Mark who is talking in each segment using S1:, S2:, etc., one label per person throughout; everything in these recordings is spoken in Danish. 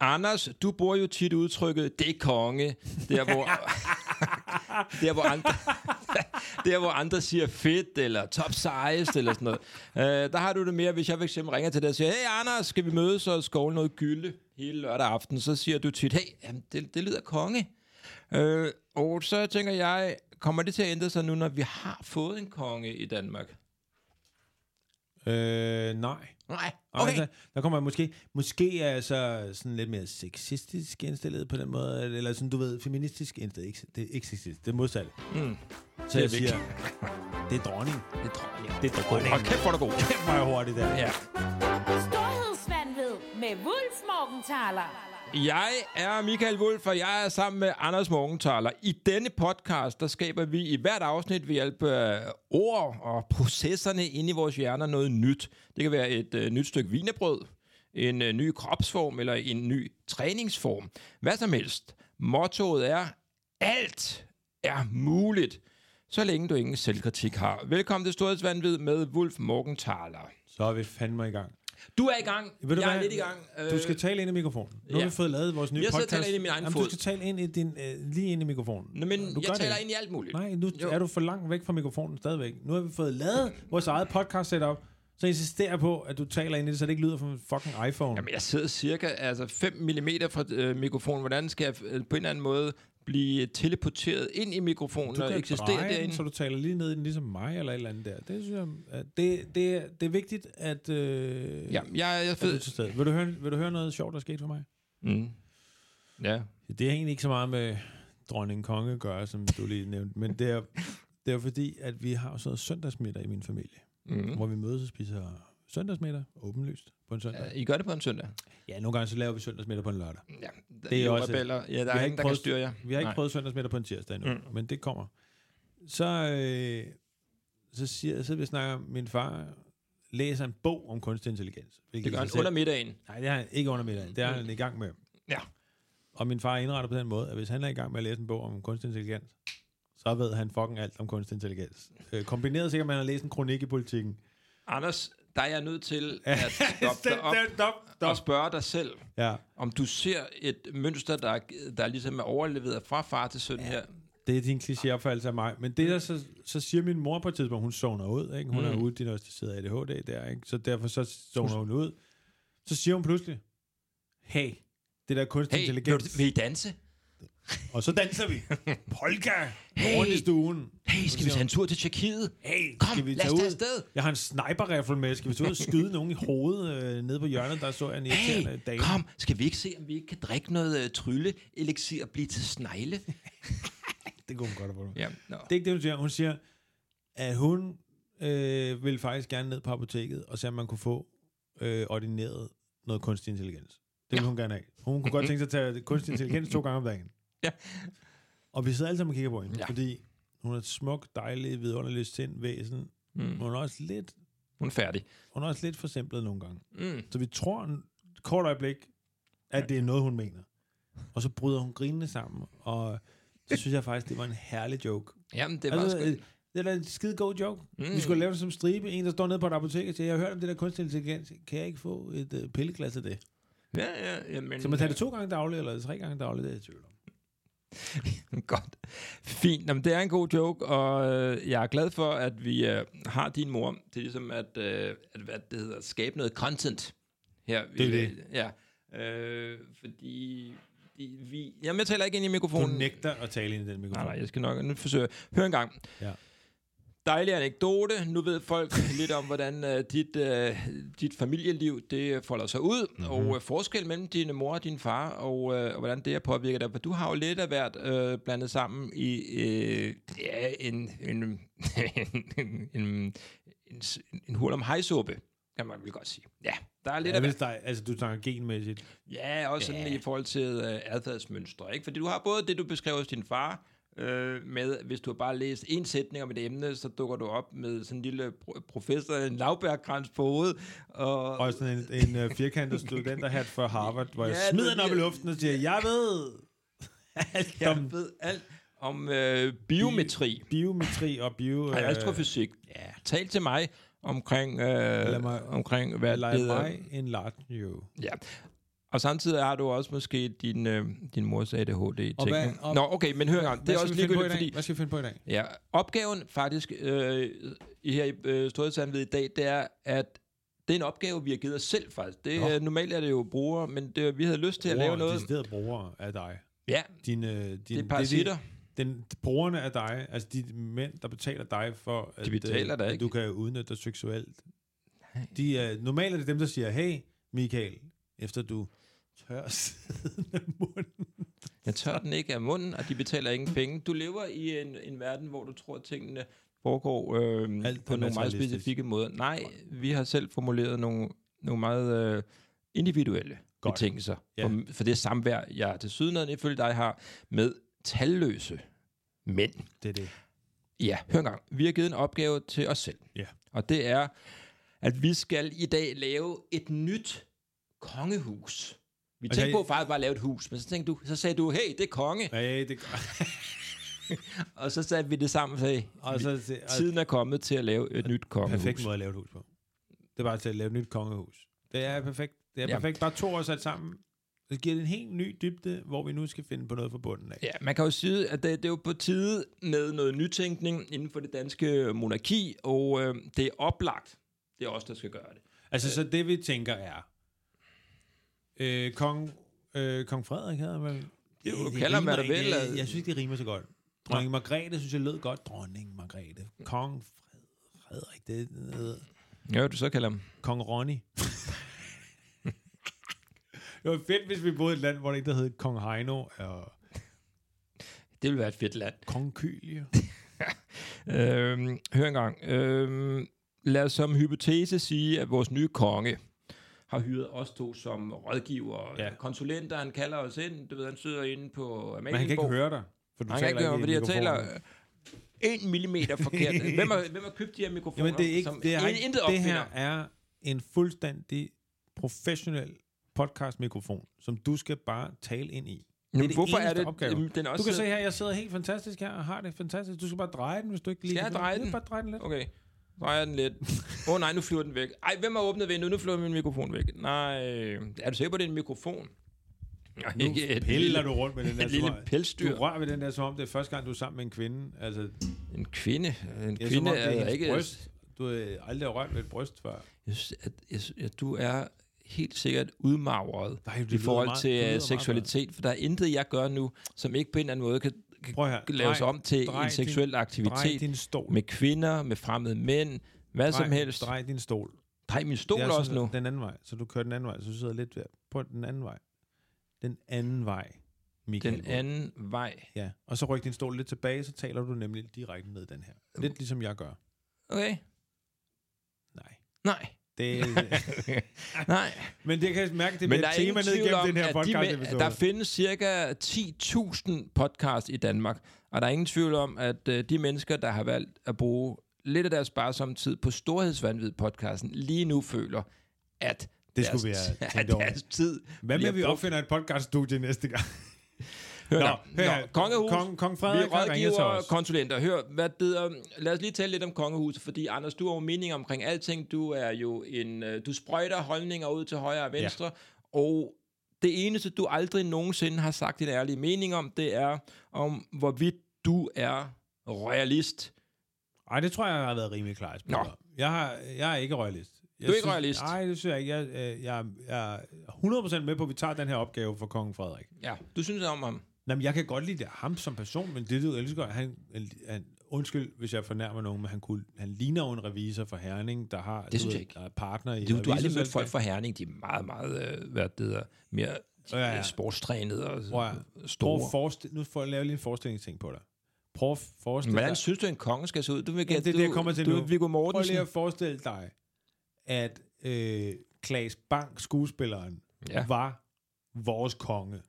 S1: Anders, du bruger jo tit udtrykket, det er konge, der hvor, der, hvor andre, der hvor andre siger fedt, eller top size, eller sådan noget. Øh, der har du det mere, hvis jeg for eksempel ringer til dig og siger, hey Anders, skal vi mødes og skovle noget gylde hele lørdag aften? Så siger du tit, hey, jamen, det, det lyder konge. Øh, og så tænker jeg, kommer det til at ændre sig nu, når vi har fået en konge i Danmark?
S2: Øh, nej.
S1: Nej,
S2: Okay.
S1: okay.
S2: Altså, der kommer jeg måske, måske er jeg så sådan lidt mere sexistisk indstillet på den måde, eller sådan, du ved, feministisk indstillet. Ikke, det er ikke sexistisk, det er modsatte. Mm. Så
S1: er
S2: jeg
S1: væk.
S2: siger, det er dronning.
S1: Det tror jeg.
S2: Det er dronning.
S1: Hold kæft, hvor er du god.
S2: Kæft, hvor er jeg hurtigt der.
S1: Ja.
S3: Storhedsvandved med Wulf Morgenthaler.
S1: Jeg er Michael Wulff, og jeg er sammen med Anders Morgenthaler. I denne podcast, der skaber vi i hvert afsnit ved hjælp af ord og processerne inde i vores hjerner noget nyt. Det kan være et øh, nyt stykke vinerbrød, en øh, ny kropsform eller en ny træningsform. Hvad som helst. Mottoet er, alt er muligt, så længe du ingen selvkritik har. Velkommen til Storhedsvandvid med Wulf Morgenthaler.
S2: Så er vi fandme i gang.
S1: Du er i gang.
S2: Ved du
S1: jeg er
S2: hvad?
S1: lidt i gang. øh,
S2: Du skal tale ind i mikrofonen. Nu
S1: ja.
S2: har vi fået lavet vores nye
S1: Jeg sidder og
S2: podcast.
S1: taler ind i min egen
S2: Jamen,
S1: fod.
S2: du skal tale ind i din, øh, lige ind i mikrofonen.
S1: Nå, men
S2: du
S1: jeg
S2: gør
S1: taler
S2: ikke.
S1: ind i alt muligt.
S2: Nej, nu
S1: Jo.
S2: jo. er du for langt væk fra mikrofonen stadigvæk. Nu har vi fået lavet vores eget podcast setup, så jeg insisterer på, at du taler ind i det, så det ikke lyder fra en fucking iPhone.
S1: Jamen, jeg sidder cirka altså 5 mm fra øh, mikrofonen. Hvordan skal jeg øh, på en eller anden måde blive teleporteret ind i mikrofonen og
S2: kan
S1: eksistere
S2: dreje den,
S1: derinde?
S2: så du taler lige ned i den, ligesom mig eller et eller andet der. Det synes jeg, at det, det, er- det er vigtigt, at, øh,
S1: Ja, jeg, jeg
S2: at du er
S1: fed.
S2: til stede. Vil du, høre, vil du høre noget sjovt, der skete for mig?
S1: Mm. Ja.
S2: Det er egentlig ikke så meget med dronning konge at gøre, som du lige nævnte, men det er, det er fordi, at vi har sådan noget søndagsmiddag i min familie, mm.
S1: Mhm.
S2: hvor vi mødes og spiser søndagsmiddag, åbenlyst, på en søndag.
S1: I gør det på en søndag?
S2: Ja, nogle gange så laver vi søndagsmiddag på en lørdag.
S1: Ja,
S2: Det er
S1: I
S2: også-
S1: rebeller. Ja, der
S2: har
S1: er
S2: ikke
S1: ingen, der kan
S2: prøvet-
S1: styre jer.
S2: Vi har ikke
S1: Nej.
S2: prøvet søndagsmiddag på en tirsdag endnu, mm. men det kommer. Så, øh, så siger så vi snakker om, min far læser en bog om kunstig intelligens. hvilket
S1: Det gør
S2: i
S1: han
S2: sig selv-
S1: under middagen.
S2: Nej, det har han ikke under middagen. Det er han i gang med.
S1: Ja.
S2: Og min far er indrettet på den måde, at hvis han er i gang med at læse en bog om kunstig intelligens, så ved han fucking alt om kunstig intelligens. Øh, kombineret sikkert med, at han har læst en kronik i politikken.
S1: Anders, der er jeg nødt til at stoppe dig op
S2: stop,
S1: og spørge dig selv,
S2: Ja,
S1: om du ser et mønster, der, er- der ligesom er overleveret fra far til søn her.
S2: det er din klichéopfattelse af mig. Men det der, så, så siger min mor på et tidspunkt, hun zoner ud. Ikke? Hun mm. er uddiagnostiseret ADHD der, ikke? så derfor så zoner hun ud. Så siger hun pludselig, hey, det der kunstig hey,
S1: Hey, vil,
S2: intelligens.
S1: du- vil I danse?
S2: Og så danser vi. Polka! Hey. Rundt i stuen.
S1: Hey, skal vi tage en tur til Tjekkiet?
S2: Hey,
S1: Kom,
S2: skal vi
S1: lad
S2: tage
S1: os tage
S2: ud?
S1: afsted.
S2: Jeg har en sniperrifle med. Skal vi tage ud og skyde nogen i hovedet øh, nede på hjørnet? Der så jeg en irriterende
S1: Hey,
S2: dame.
S1: kom, skal vi ikke se, om vi ikke kan drikke noget uh, trylle, elixir og blive til snegle?
S2: Det kunne hun godt have fået.
S1: ja, no.
S2: Det er ikke det, hun siger. Hun siger, at hun øh, ville faktisk gerne ned på apoteket og se, om man kunne få øh, ordineret noget kunstig intelligens. Det ville ja. hun gerne have. Hun kunne godt tænke sig at tage kunstig intelligens to gange om dagen.
S1: Ja.
S2: Og vi sidder alle sammen og kigger på hende,
S1: Ja.
S2: ja. fordi hun er et smuk, dejlig, vidunderligt sind væsen. Mm. Men hun er også lidt
S1: Hun er færdig.
S2: Hun er også lidt forsimplet nogle gange.
S1: Mm.
S2: Så vi tror en et kort øjeblik, at det er noget, hun mener. Og så bryder hun grinende sammen, og så synes jeg faktisk, det var en herlig joke.
S1: Jamen, det var
S2: Altså,
S1: altså,
S2: øh, det er da en skide god joke. Mm. Vi skulle lave det som stribe. En, der står nede på et apotek og siger, jeg har hørt om det der kunstig intelligens. Kan jeg ikke få et øh, pilleglas af det?
S1: Ja, ja, ja, men,
S2: Så man tager det to gange dagligt, eller tre gange dagligt, det er jeg i tvivl om.
S1: Godt. Fint. Jamen, det er en god joke, og øh, jeg er glad for, at vi øh, har din mor. Det er ligesom at, øh, at hvad det hedder, skabe noget content her.
S2: Det er det.
S1: Ja. Øh, fordi de, vi... Jamen, jeg taler ikke ind i
S2: Hun
S1: mikrofonen.
S2: nægter at tale ind i den mikrofon.
S1: Nej, nej, jeg skal nok nu forsøge. Hør en gang.
S2: Ja.
S1: Dejlig anekdote. Nu ved folk lidt om, hvordan uh, dit, uh, dit familieliv det folder sig ud, mm-hmm. og uh, forskel mellem din mor og din far, og, uh, og hvordan det har påvirket dig. For du har jo lidt af hvert uh, blandet sammen i uh, ja, en, en, en, en, en, en, s- en hul om hejsuppe, kan man vel godt sige. Ja, der er lidt
S2: Ja,
S1: af hvert.
S2: hvis der, er- altså, du snakker genmæssigt.
S1: Ja, også sådan i forhold til øh, adfærdsmønstre, ikke? Fordi du har både det, du beskrev hos din far, øh, med, hvis du har bare læst en sætning om et emne, så dukker du op med sådan en lille pro- professor, en lavbærkrans på hovedet, og...
S2: Og sådan en, en øh, firkantet studenterhat fra Harvard, hvor jeg
S1: Ja, det
S2: smider
S1: var
S2: den op i
S1: det.
S2: luften og siger, jeg ved alt
S1: jeg
S2: om
S1: ved alt om øh, biometri
S2: biometri og bio... øh,
S1: og astrofysik. Ja. Tal til mig omkring, øh,
S2: mig-
S1: omkring hvad det
S2: Like
S1: hedder.
S2: mig en large you.
S1: Ja. Og samtidig har du også måske din, øh, din mors ADHD.
S2: Og hvad-
S1: Og
S2: og-
S1: Nå, okay, men hør gang, det er også ligegyldigt,
S2: fordi...
S1: fordi...
S2: Hvad skal vi finde på i dag?
S1: Ja, opgaven faktisk øh, i her i øh, Storhedsandved i dag, det er, at det er en opgave, vi har givet os selv faktisk. Det,
S2: Nå.
S1: øh, normalt er det jo brugere, men det, vi havde lyst til at lave noget.
S2: Brugere, de brugere af dig.
S1: Ja,
S2: Din, øh, din,
S1: det er parasitter.
S2: den, brugerne af dig, altså de mænd, der betaler dig for, at,
S1: De betaler
S2: øh,
S1: dig
S2: at
S1: ikke.
S2: du kan udnytte dig seksuelt. De, er, normalt er det dem, der siger, hey Michael, efter du tør siden af munden.
S1: Jeg tør den ikke af munden, og de betaler ingen penge. Du lever i en, en verden, hvor du tror, at tingene foregår øh,
S2: Alt er
S1: på nogle meget
S2: materialistisk.
S1: specifikke måder. Nej, vi har selv formuleret nogle, nogle meget øh, individuelle
S2: Godt.
S1: Godt. betingelser
S2: Ja.
S1: ja. for, for det samvær, jeg til sydenheden ifølge dig har med talløse mænd.
S2: Det er det.
S1: Ja, hør engang. Vi har givet en opgave til os selv.
S2: Ja.
S1: Og det er, at vi skal i dag lave et nyt kongehus. Vi
S2: Altså,
S1: tænkte på
S2: jeg-
S1: faktisk bare at lave et hus, men så, tænkte du, så sagde du, hey, det er konge.
S2: Hey, det
S1: Og så satte vi det sammen og sagde,
S2: og så, det- og,
S1: tiden er kommet til at lave et nyt kongehus.
S2: perfekt måde at lave et hus på. Det er bare til at lave et nyt kongehus. Det er perfekt. Det er
S1: Ja.
S2: perfekt. Bare to år sat sammen. Det giver det en helt ny dybde, hvor vi nu skal finde på noget fra bunden af.
S1: Ja, man kan jo sige, at det, det er jo på tide med noget nytænkning inden for det danske monarki, og øh, det er oplagt. Det er os, der skal gøre det.
S2: Altså, så det vi tænker er, øh, kong, øh, kong Frederik hedder han vel?
S1: Det er jo- kalder man
S2: rimer
S1: det vel,
S2: ikke.
S1: altså.
S2: Jeg synes ikke, det rimer så godt. Dronning Margrethe synes jeg lød godt. Dronning Margrethe. Kong Fred- Frederik, det hedder...
S1: Ja, du så kalder ham.
S2: Kong Ronny. det var fedt, hvis vi boede i et land, hvor det ikke der hed Kong Heino og
S1: Det vil være et fedt land.
S2: Kong Kylie.
S1: Øhm, hør engang. Øhm, lad os som hypotese sige, at vores nye konge har hyret os to som rådgiver.
S2: Ja.
S1: Ja. Konsulenter, han kalder os ind. Du ved, han sidder inde på Amalienborg.
S2: Men han kan ikke høre dig. For du
S1: Han kan ikke
S2: taler
S1: høre, fordi jeg
S2: i mikrofonen.
S1: taler en millimeter forkert. hvem, har, hvem har købt de her mikrofoner,
S2: Jamen, det er ikke,
S1: som
S2: det, er
S1: in-
S2: ikke,
S1: intet
S2: det
S1: opfinder?
S2: her er en fuldstændig professionel podcast-mikrofon, som du skal bare tale ind i.
S1: Jamen,
S2: det
S1: hvorfor
S2: eneste
S1: er det,
S2: opgave.
S1: Jamen, den er
S2: Du
S1: også...
S2: kan se her, jeg sidder helt fantastisk her og har det fantastisk. Du skal bare dreje den, hvis du ikke lige
S1: Skal jeg
S2: kan-
S1: dreje
S2: Ja,
S1: den?
S2: Bare dreje den lidt.
S1: Okay, drejer den lidt. Åh oh, nej, nu flyver den væk. Ej, hvem har åbnet vinduet? Nu flyver min mikrofon væk. Nej, er du sikker på, at det er en mikrofon? Nej,
S2: Nu piller du rundt med den der
S1: et lille
S2: som om-
S1: pelsdyr.
S2: Du rører ved den der, som om det er første gang, du er sammen med en kvinde. Altså, ja,
S1: En kvinde? En
S2: som om
S1: kvinde
S2: det
S1: er,
S2: hendes
S1: er ikke...
S2: bryst. Du har øh, aldrig rørt ved et bryst før.
S1: Jeg synes, at, jeg, synes, at du er helt sikkert udmagret
S2: Nej, det
S1: i
S2: lyder
S1: forhold
S2: meget-
S1: til
S2: det lyder
S1: øh,
S2: meget
S1: seksualitet, for der er intet, jeg gør nu, som ikke på en eller anden måde kan, kan
S2: Prøv her.
S1: laves
S2: Drej-
S1: om til
S2: drej
S1: en seksuel
S2: din, Drej
S1: aktivitet
S2: din stol.
S1: med kvinder, med fremmede mænd, hvad
S2: Drej-
S1: som helst.
S2: Drej din stol.
S1: Drej min stol
S2: Det er
S1: også
S2: sådan,
S1: nu.
S2: Den anden vej. Så du kører den anden vej, så du sidder lidt ved. Prøv den anden vej. Den anden vej, Michael.
S1: Den anden vej.
S2: Ja, og så ryk din stol lidt tilbage, så taler du nemlig direkte ned i den her. Lidt ligesom jeg gør.
S1: Okay?
S2: Nej.
S1: Nej.
S2: Det,
S1: Nej.
S2: men det kan jeg mærke, det
S1: Men der
S2: bliver
S1: er
S2: et
S1: ingen
S2: tema ned
S1: tvivl
S2: igennem
S1: om,
S2: den her
S1: at de
S2: podcast
S1: med,
S2: episode.
S1: der findes cirka 10.000 podcasts i Danmark, og der er ingen tvivl om, at øh, de mennesker, der har valgt at bruge lidt af deres sparsomme tid på Storhedsvandvid podcasten, lige nu føler, at
S2: Det
S1: deres,
S2: skulle vi have
S1: at
S2: tænkt over.
S1: deres tid
S2: Hvad med,
S1: bliver
S2: at vi
S1: brugt?
S2: opfinder et podcaststudie næste gang?
S1: Hør,
S2: Nå,
S1: Nå,
S2: hør
S1: Nå,
S2: her.
S1: kongehus,
S2: Kong- kong
S1: vi
S2: Frederik
S1: er
S2: har ringet
S1: rådgiver
S2: til
S1: og
S2: os.
S1: konsulenter. Hør, hvad det er, lad os lige tale lidt om kongehuset, fordi Anders, du har jo mening omkring alting. Du er jo en, øh, du sprøjter holdninger ud til højre og venstre, ja. og det eneste, du aldrig nogensinde har sagt din ærlige mening om, det er, om hvorvidt du er royalist.
S2: Nej, det tror jeg, jeg har været rimelig klar.
S1: Nå.
S2: Nå. Jeg, har, jeg er ikke royalist. Jeg
S1: er ikke royalist?
S2: Nej, det synes jeg ikke. Jeg, øh, jeg, jeg er 100% med på, at vi tager den her opgave for kongen Frederik.
S1: Ja, du synes om ham.
S2: Nå, men jeg kan godt lide ham som person, men det, du elsker, han, han, undskyld, hvis jeg fornærmer nogen, men han, kunne, han ligner jo en revisor for Herning, der har du
S1: synes
S2: ved,
S1: jeg ikke.
S2: Der er ligesom partner i
S1: Du, du har aldrig mødt
S2: revisorselskab.
S1: folk fra Herning, de er meget, meget, øh, hvad det hedder, mere
S2: Ja,
S1: ja,
S2: ja.
S1: ja. sportstrænede og
S2: Prøv at-
S1: store.
S2: Prøv at forestille, nu får jeg lavet lige en forestillingsting på dig. Prøv at forestille
S1: Hvordan
S2: dig...
S1: synes du, en konge skal se ud? Du vil
S2: Jamen, det er det, jeg kommer til
S1: du,
S2: nu.
S1: Du er Viggo
S2: Prøv
S1: Mortensen.
S2: lige at forestille dig, at øh, Klaas Bang, skuespilleren, ja.
S1: Ja.
S2: var vores konge.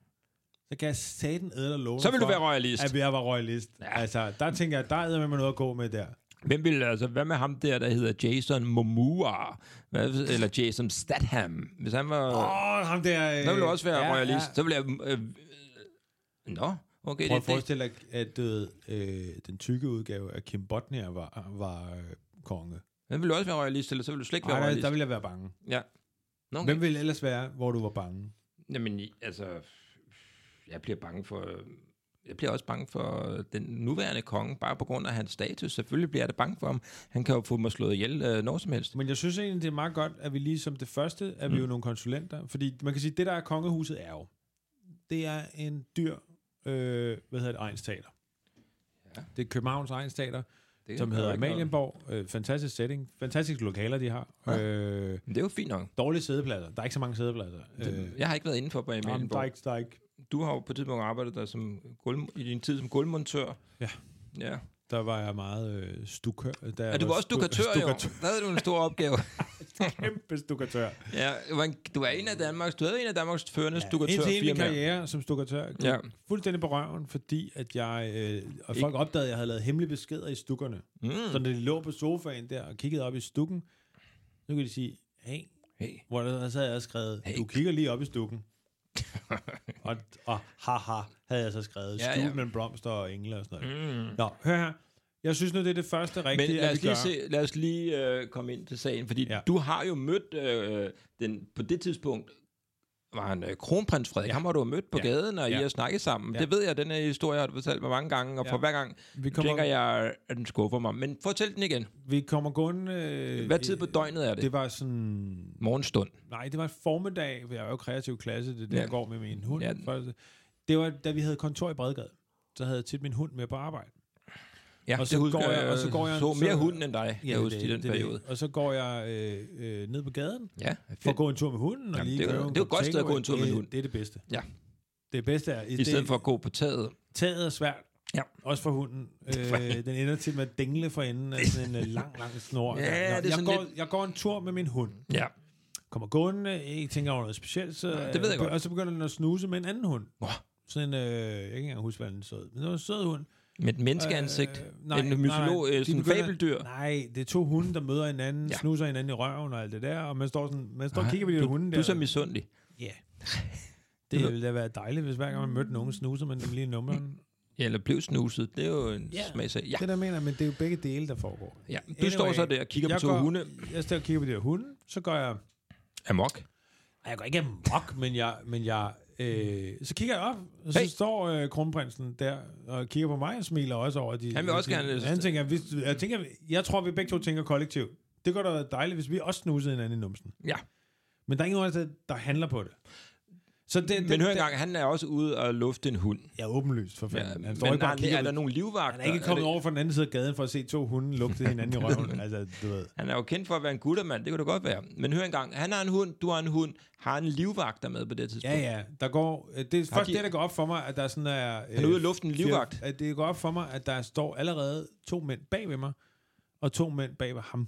S2: Så kan jeg satan æde dig love
S1: Så vil
S2: for,
S1: du være royalist.
S2: At jeg var royalist. Ja.
S1: Ja.
S2: Altså, der tænker jeg, der æder med mig noget at gå med der.
S1: Hvem vil, altså, hvad med ham der, der hedder Jason Momoa? Hvad, hvis- eller Jason Statham? Hvis han var...
S2: Åh,
S1: Oh,
S2: oh, ham der... Øh,
S1: der ville du også være
S2: ja,
S1: ja, royalist.
S2: Ja.
S1: Så ville jeg... Øh, øh, nå, okay,
S2: Prøv at
S1: det, det.
S2: forestille dig, at øh, den tykke udgave af Kim Bodnia var, var øh, konge.
S1: Hvem vil du også være royalist, eller så vil du slet ikke være
S2: Ej, der,
S1: royalist?
S2: der ville jeg være bange.
S1: Ja. Nå, okay.
S2: Hvem ville ellers være, hvor du var bange?
S1: Jamen, i- altså, jeg bliver bange for... Jeg bliver også bange for den nuværende konge, bare på grund af hans status. Selvfølgelig bliver jeg da bange for ham. Han kan jo få mig slået ihjel øh, når som helst.
S2: Men jeg synes egentlig, det er meget godt, at vi lige som det første, at mm. vi er jo nogle konsulenter. Fordi man kan sige, at det, der er kongehuset, er jo, det er en dyr, øh, hvad hedder det, egenstater.
S1: Ja.
S2: Ja. Det er Københavns egenstater,
S1: Det
S2: som
S1: kan
S2: hedder
S1: jo ikke noget.
S2: Amalienborg. Øh, fantastisk setting. Fantastiske lokaler, de har.
S1: Ja.
S2: Ja. Øh,
S1: Men det er jo fint nok.
S2: dårlige sædepladser. Der er ikke så mange sædepladser. Øh,
S1: Det, jeg har ikke været inde for på
S2: jamen, der er
S1: Amalienborg.
S2: ikke, der er ikke
S1: Du har jo på et tidspunkt arbejdet der som gulv, i din tid som gulvmontør.
S2: Ja.
S1: Ja.
S2: der var jeg meget øh, stukør. Der
S1: Er du var også dukatør, jo?
S2: Stukatør.
S1: Der havde du en stor opgave.
S2: Kæmpe stukatør.
S1: Ja, du var en- du er en af Danmarks, du havde en af Danmarks førende ja,
S2: Indtil hele min
S1: dukatørfirmaer.
S2: karriere som stukatør gik
S1: Ja.
S2: ja. fuldstændig på røven, fordi at jeg, øh, og folk opdagede, at jeg havde lavet hemmelige beskeder i stukkerne. Mm. Så når de lå på sofaen der og kiggede op i stukken, så kunne de sige, hey,
S1: Hey.
S2: hvor der, så havde jeg skrevet,
S1: Hey.
S2: hey. du kigger lige op i stukken. og, og haha, havde jeg så skrevet.
S1: Ja,
S2: Ja,
S1: ja.
S2: ja. med blomster og engle og sådan noget. Mm. Nå, hør her. Jeg synes nu, det er det første rigtige,
S1: Men lad
S2: at vi
S1: os
S2: gør.
S1: lige, se, lad os lige øh, komme ind til sagen, fordi ja.
S2: Ja.
S1: du har jo mødt øh, den, på det tidspunkt, var han øh, kronprins Frederik, ja. ham har du jo mødt på ja.
S2: Ja.
S1: gaden, og ja. I
S2: Ja.
S1: har snakket sammen. Ja.
S2: Ja.
S1: Det ved jeg, den her historie har du fortalt mig mange gange, og ja.
S2: Ja.
S1: for hver gang
S2: Vi
S1: Kommer... tænker
S2: kommer,
S1: jeg, at den skuffer mig. Men fortæl den igen.
S2: vi kommer gående... Øh,
S1: Hvad tid på døgnet er det?
S2: Det var sådan
S1: Morgenstund.
S2: Nej, det var en formiddag. Jeg er jo kreativ klasse, det er der,
S1: Ja.
S2: ja. jeg går med min hund.
S1: Ja.
S2: Ja. Det var, da vi havde kontor i Bredgade. Så havde jeg tit min hund med på arbejde.
S1: Ja,
S2: Og så
S1: det husker
S2: går jeg- og så går jeg-
S1: så mere
S2: så-
S1: hunden end dig, ja, jeg husker i den
S2: det er
S1: periode.
S2: Og så går jeg øh, øh, ned på gaden
S1: Ja,
S2: for
S1: fedt.
S2: at gå en tur med hunden. Og
S1: Jamen,
S2: lige
S1: det er jo-
S2: købe en
S1: det er jo et
S2: kop
S1: godt sted at gå
S2: takeaway.
S1: en tur med
S2: Det-
S1: hunden.
S2: Det er det bedste.
S1: Ja.
S2: Det bedste er...
S1: I stedet for at gå på taget.
S2: Taget er svært.
S1: Ja.
S2: Også for hunden. Øh, den ender til med at dingle for enden af sådan en øh, lang, lang snor.
S1: Ja,
S2: Nå,
S1: det er
S2: jeg,
S1: sådan
S2: går,
S1: lidt-
S2: jeg går en tur med min hund.
S1: Ja.
S2: kommer gående, ikke tænker over noget specielt, så, øh,
S1: Ja, det ved jeg godt.
S2: og så begynder den at snuse med en anden hund.
S1: Nå.
S2: Sådan en, øh, jeg kan ikke engang huske, hvad den sød, men det var en sød hund.
S1: Med et menneskeansigt. Øh,
S2: nej,
S1: nej, en mytolog,
S2: nej, nej.
S1: øh,
S2: De
S1: sådan en
S2: begynder-
S1: fabeldyr.
S2: Nej, det er to hunde, der møder hinanden,
S1: Ja.
S2: ja. snuser hinanden i røven og alt det der, og man står, sådan, man står og kigger på de
S1: du,
S2: der hunde der.
S1: Du er så misundelig.
S2: Ja. Det ville da være dejligt, hvis hver gang man mødte nogen, snuser man dem lige i nummeren.
S1: Ja, eller blev snuset. Det er jo en
S2: Ja.
S1: yeah. smagsag. Ja.
S2: Ja. Det der mener, jeg, men det er jo begge dele, der foregår.
S1: ja. Du anyway, står så der og kigger på
S2: jeg
S1: to
S2: går-
S1: hunde.
S2: Jeg står og kigger på de der hunde, så går jeg
S1: Amok.
S2: Ej, jeg går ikke amok, men jeg... Men jeg øh, så kigger jeg op, og så
S1: Hey.
S2: hey. står øh, kronprinsen der og kigger på mig og smiler også over. at De,
S1: Han vil også
S2: de,
S1: gerne-
S2: Han tænker, hvis, jeg, tænker, jeg tror, vi begge to tænker kollektivt. Det går da være dejligt, hvis vi også snusede hinanden i numsen.
S1: Ja.
S2: Men der er ingen af os, der, der handler på det. Så det, det
S1: Men hør
S2: det-
S1: engang, han er også ude og lufte en hund.
S2: Ja, åbenlyst for fanden.
S1: Ja,
S2: Ja,
S1: men
S2: han står ikke bare og
S1: er,
S2: kigger.
S1: er der
S2: på-
S1: nogle livvagter?
S2: Han er ikke kommet over fra den anden side af gaden for at se to hunde lugte hinanden i røven. Altså, du ved.
S1: Han er jo kendt for at være en guttermand, det kunne det godt være. Men hør engang, han har en hund, du har en hund, har en livvagt der med på det tidspunkt.
S2: Ja, ja. Der går, øh, det er først
S1: de-
S2: det, der går op for mig, at der sådan er... Øh,
S1: er ude at lufte en livvagt.
S2: fjer- At det går op for mig, at der står allerede to mænd bag ved mig, og to mænd bag ved ham.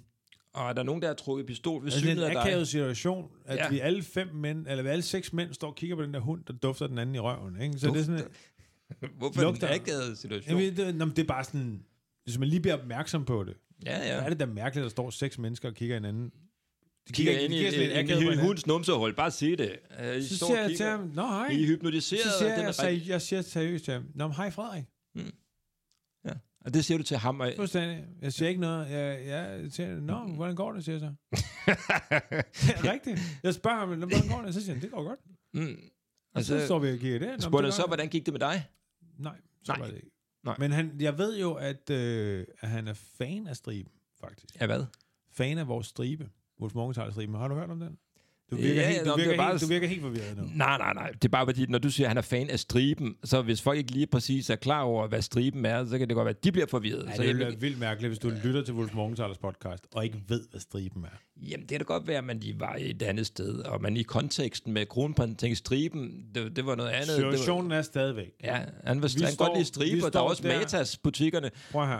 S1: Og er der nogen, der har trukket pistol ved
S2: Altså, det
S1: synet
S2: er
S1: af
S2: en
S1: dig?
S2: akavet situation, at
S1: Ja.
S2: ja. vi alle fem mænd, eller vi alle seks mænd, står og kigger på den der hund, der dufter den anden i røven. Ikke? Så det er sådan...
S1: Hvorfor er det
S2: lugter.
S1: en akavet situation?
S2: Jamen, det, nå, men det er bare sådan... Hvis man lige bliver opmærksom på det,
S1: ja, ja.
S2: ja. er det da mærkeligt, at der står seks mennesker og kigger hinanden. De
S1: Kigger ind
S2: de
S1: i
S2: kigger sådan lidt
S1: en,
S2: akavet på
S1: en, en
S2: hinanden.
S1: hunds numsehul, bare sig det. Øh, I
S2: Så
S1: står
S2: siger
S1: og
S2: jeg til
S1: kigger.
S2: ham, nå hej.
S1: I er hypnotiseret.
S2: Så
S1: af
S2: siger
S1: den
S2: jeg,
S1: rigtig-
S2: seri- jeg siger seriøst til ham, nå, men hej Frederik.
S1: ja. Og det siger du til ham. Og...
S2: Fuldstændig. Jeg siger ikke noget. Jeg, jeg siger, nå,
S1: Mm.
S2: hvordan går det, siger jeg så. Ja, Rigtigt. Jeg spørger ham, hvordan går det? Så siger han, det går godt.
S1: Mm.
S2: Og så, så står vi og giver det. Nå, men
S1: spurgte
S2: det
S1: han så,
S2: går godt.
S1: hvordan gik det med dig?
S2: Nej, så
S1: Nej.
S2: var det ikke.
S1: Nej.
S2: Men han, jeg ved jo, at, øh, at han er fan af striben, faktisk.
S1: Ja, hvad?
S2: Fan af vores stribe. Vores morgentalestriben. Har du hørt om den? Du
S1: Ja,
S2: virker,
S1: ja,
S2: helt,
S1: nå,
S2: du,
S1: men det
S2: virker
S1: var
S2: helt,
S1: bare-
S2: du virker helt forvirret nu.
S1: Nej, nej, nej. Det er bare fordi, når du siger, at han er fan af striben, så hvis folk ikke lige præcis er klar over, hvad striben er, så kan det godt være, at de bliver forvirret.
S2: Ej,
S1: så jeg
S2: det ville
S1: vil-
S2: være vildt mærkeligt, hvis du lytter til Wolf Morgenthalers podcast, og ikke ved, hvad striben er.
S1: Jamen, det kan da godt være, at man lige var et andet sted, og man i konteksten med kronprinsen tænkte striben, det, det var noget andet. Det var,
S2: Situationen er stadigvæk.
S1: ja, han var han
S2: Vi
S1: kan godt
S2: står-
S1: lide
S2: vi
S1: striber, der
S2: står
S1: var også
S2: der.
S1: Matas-butikkerne.
S2: Prøv her.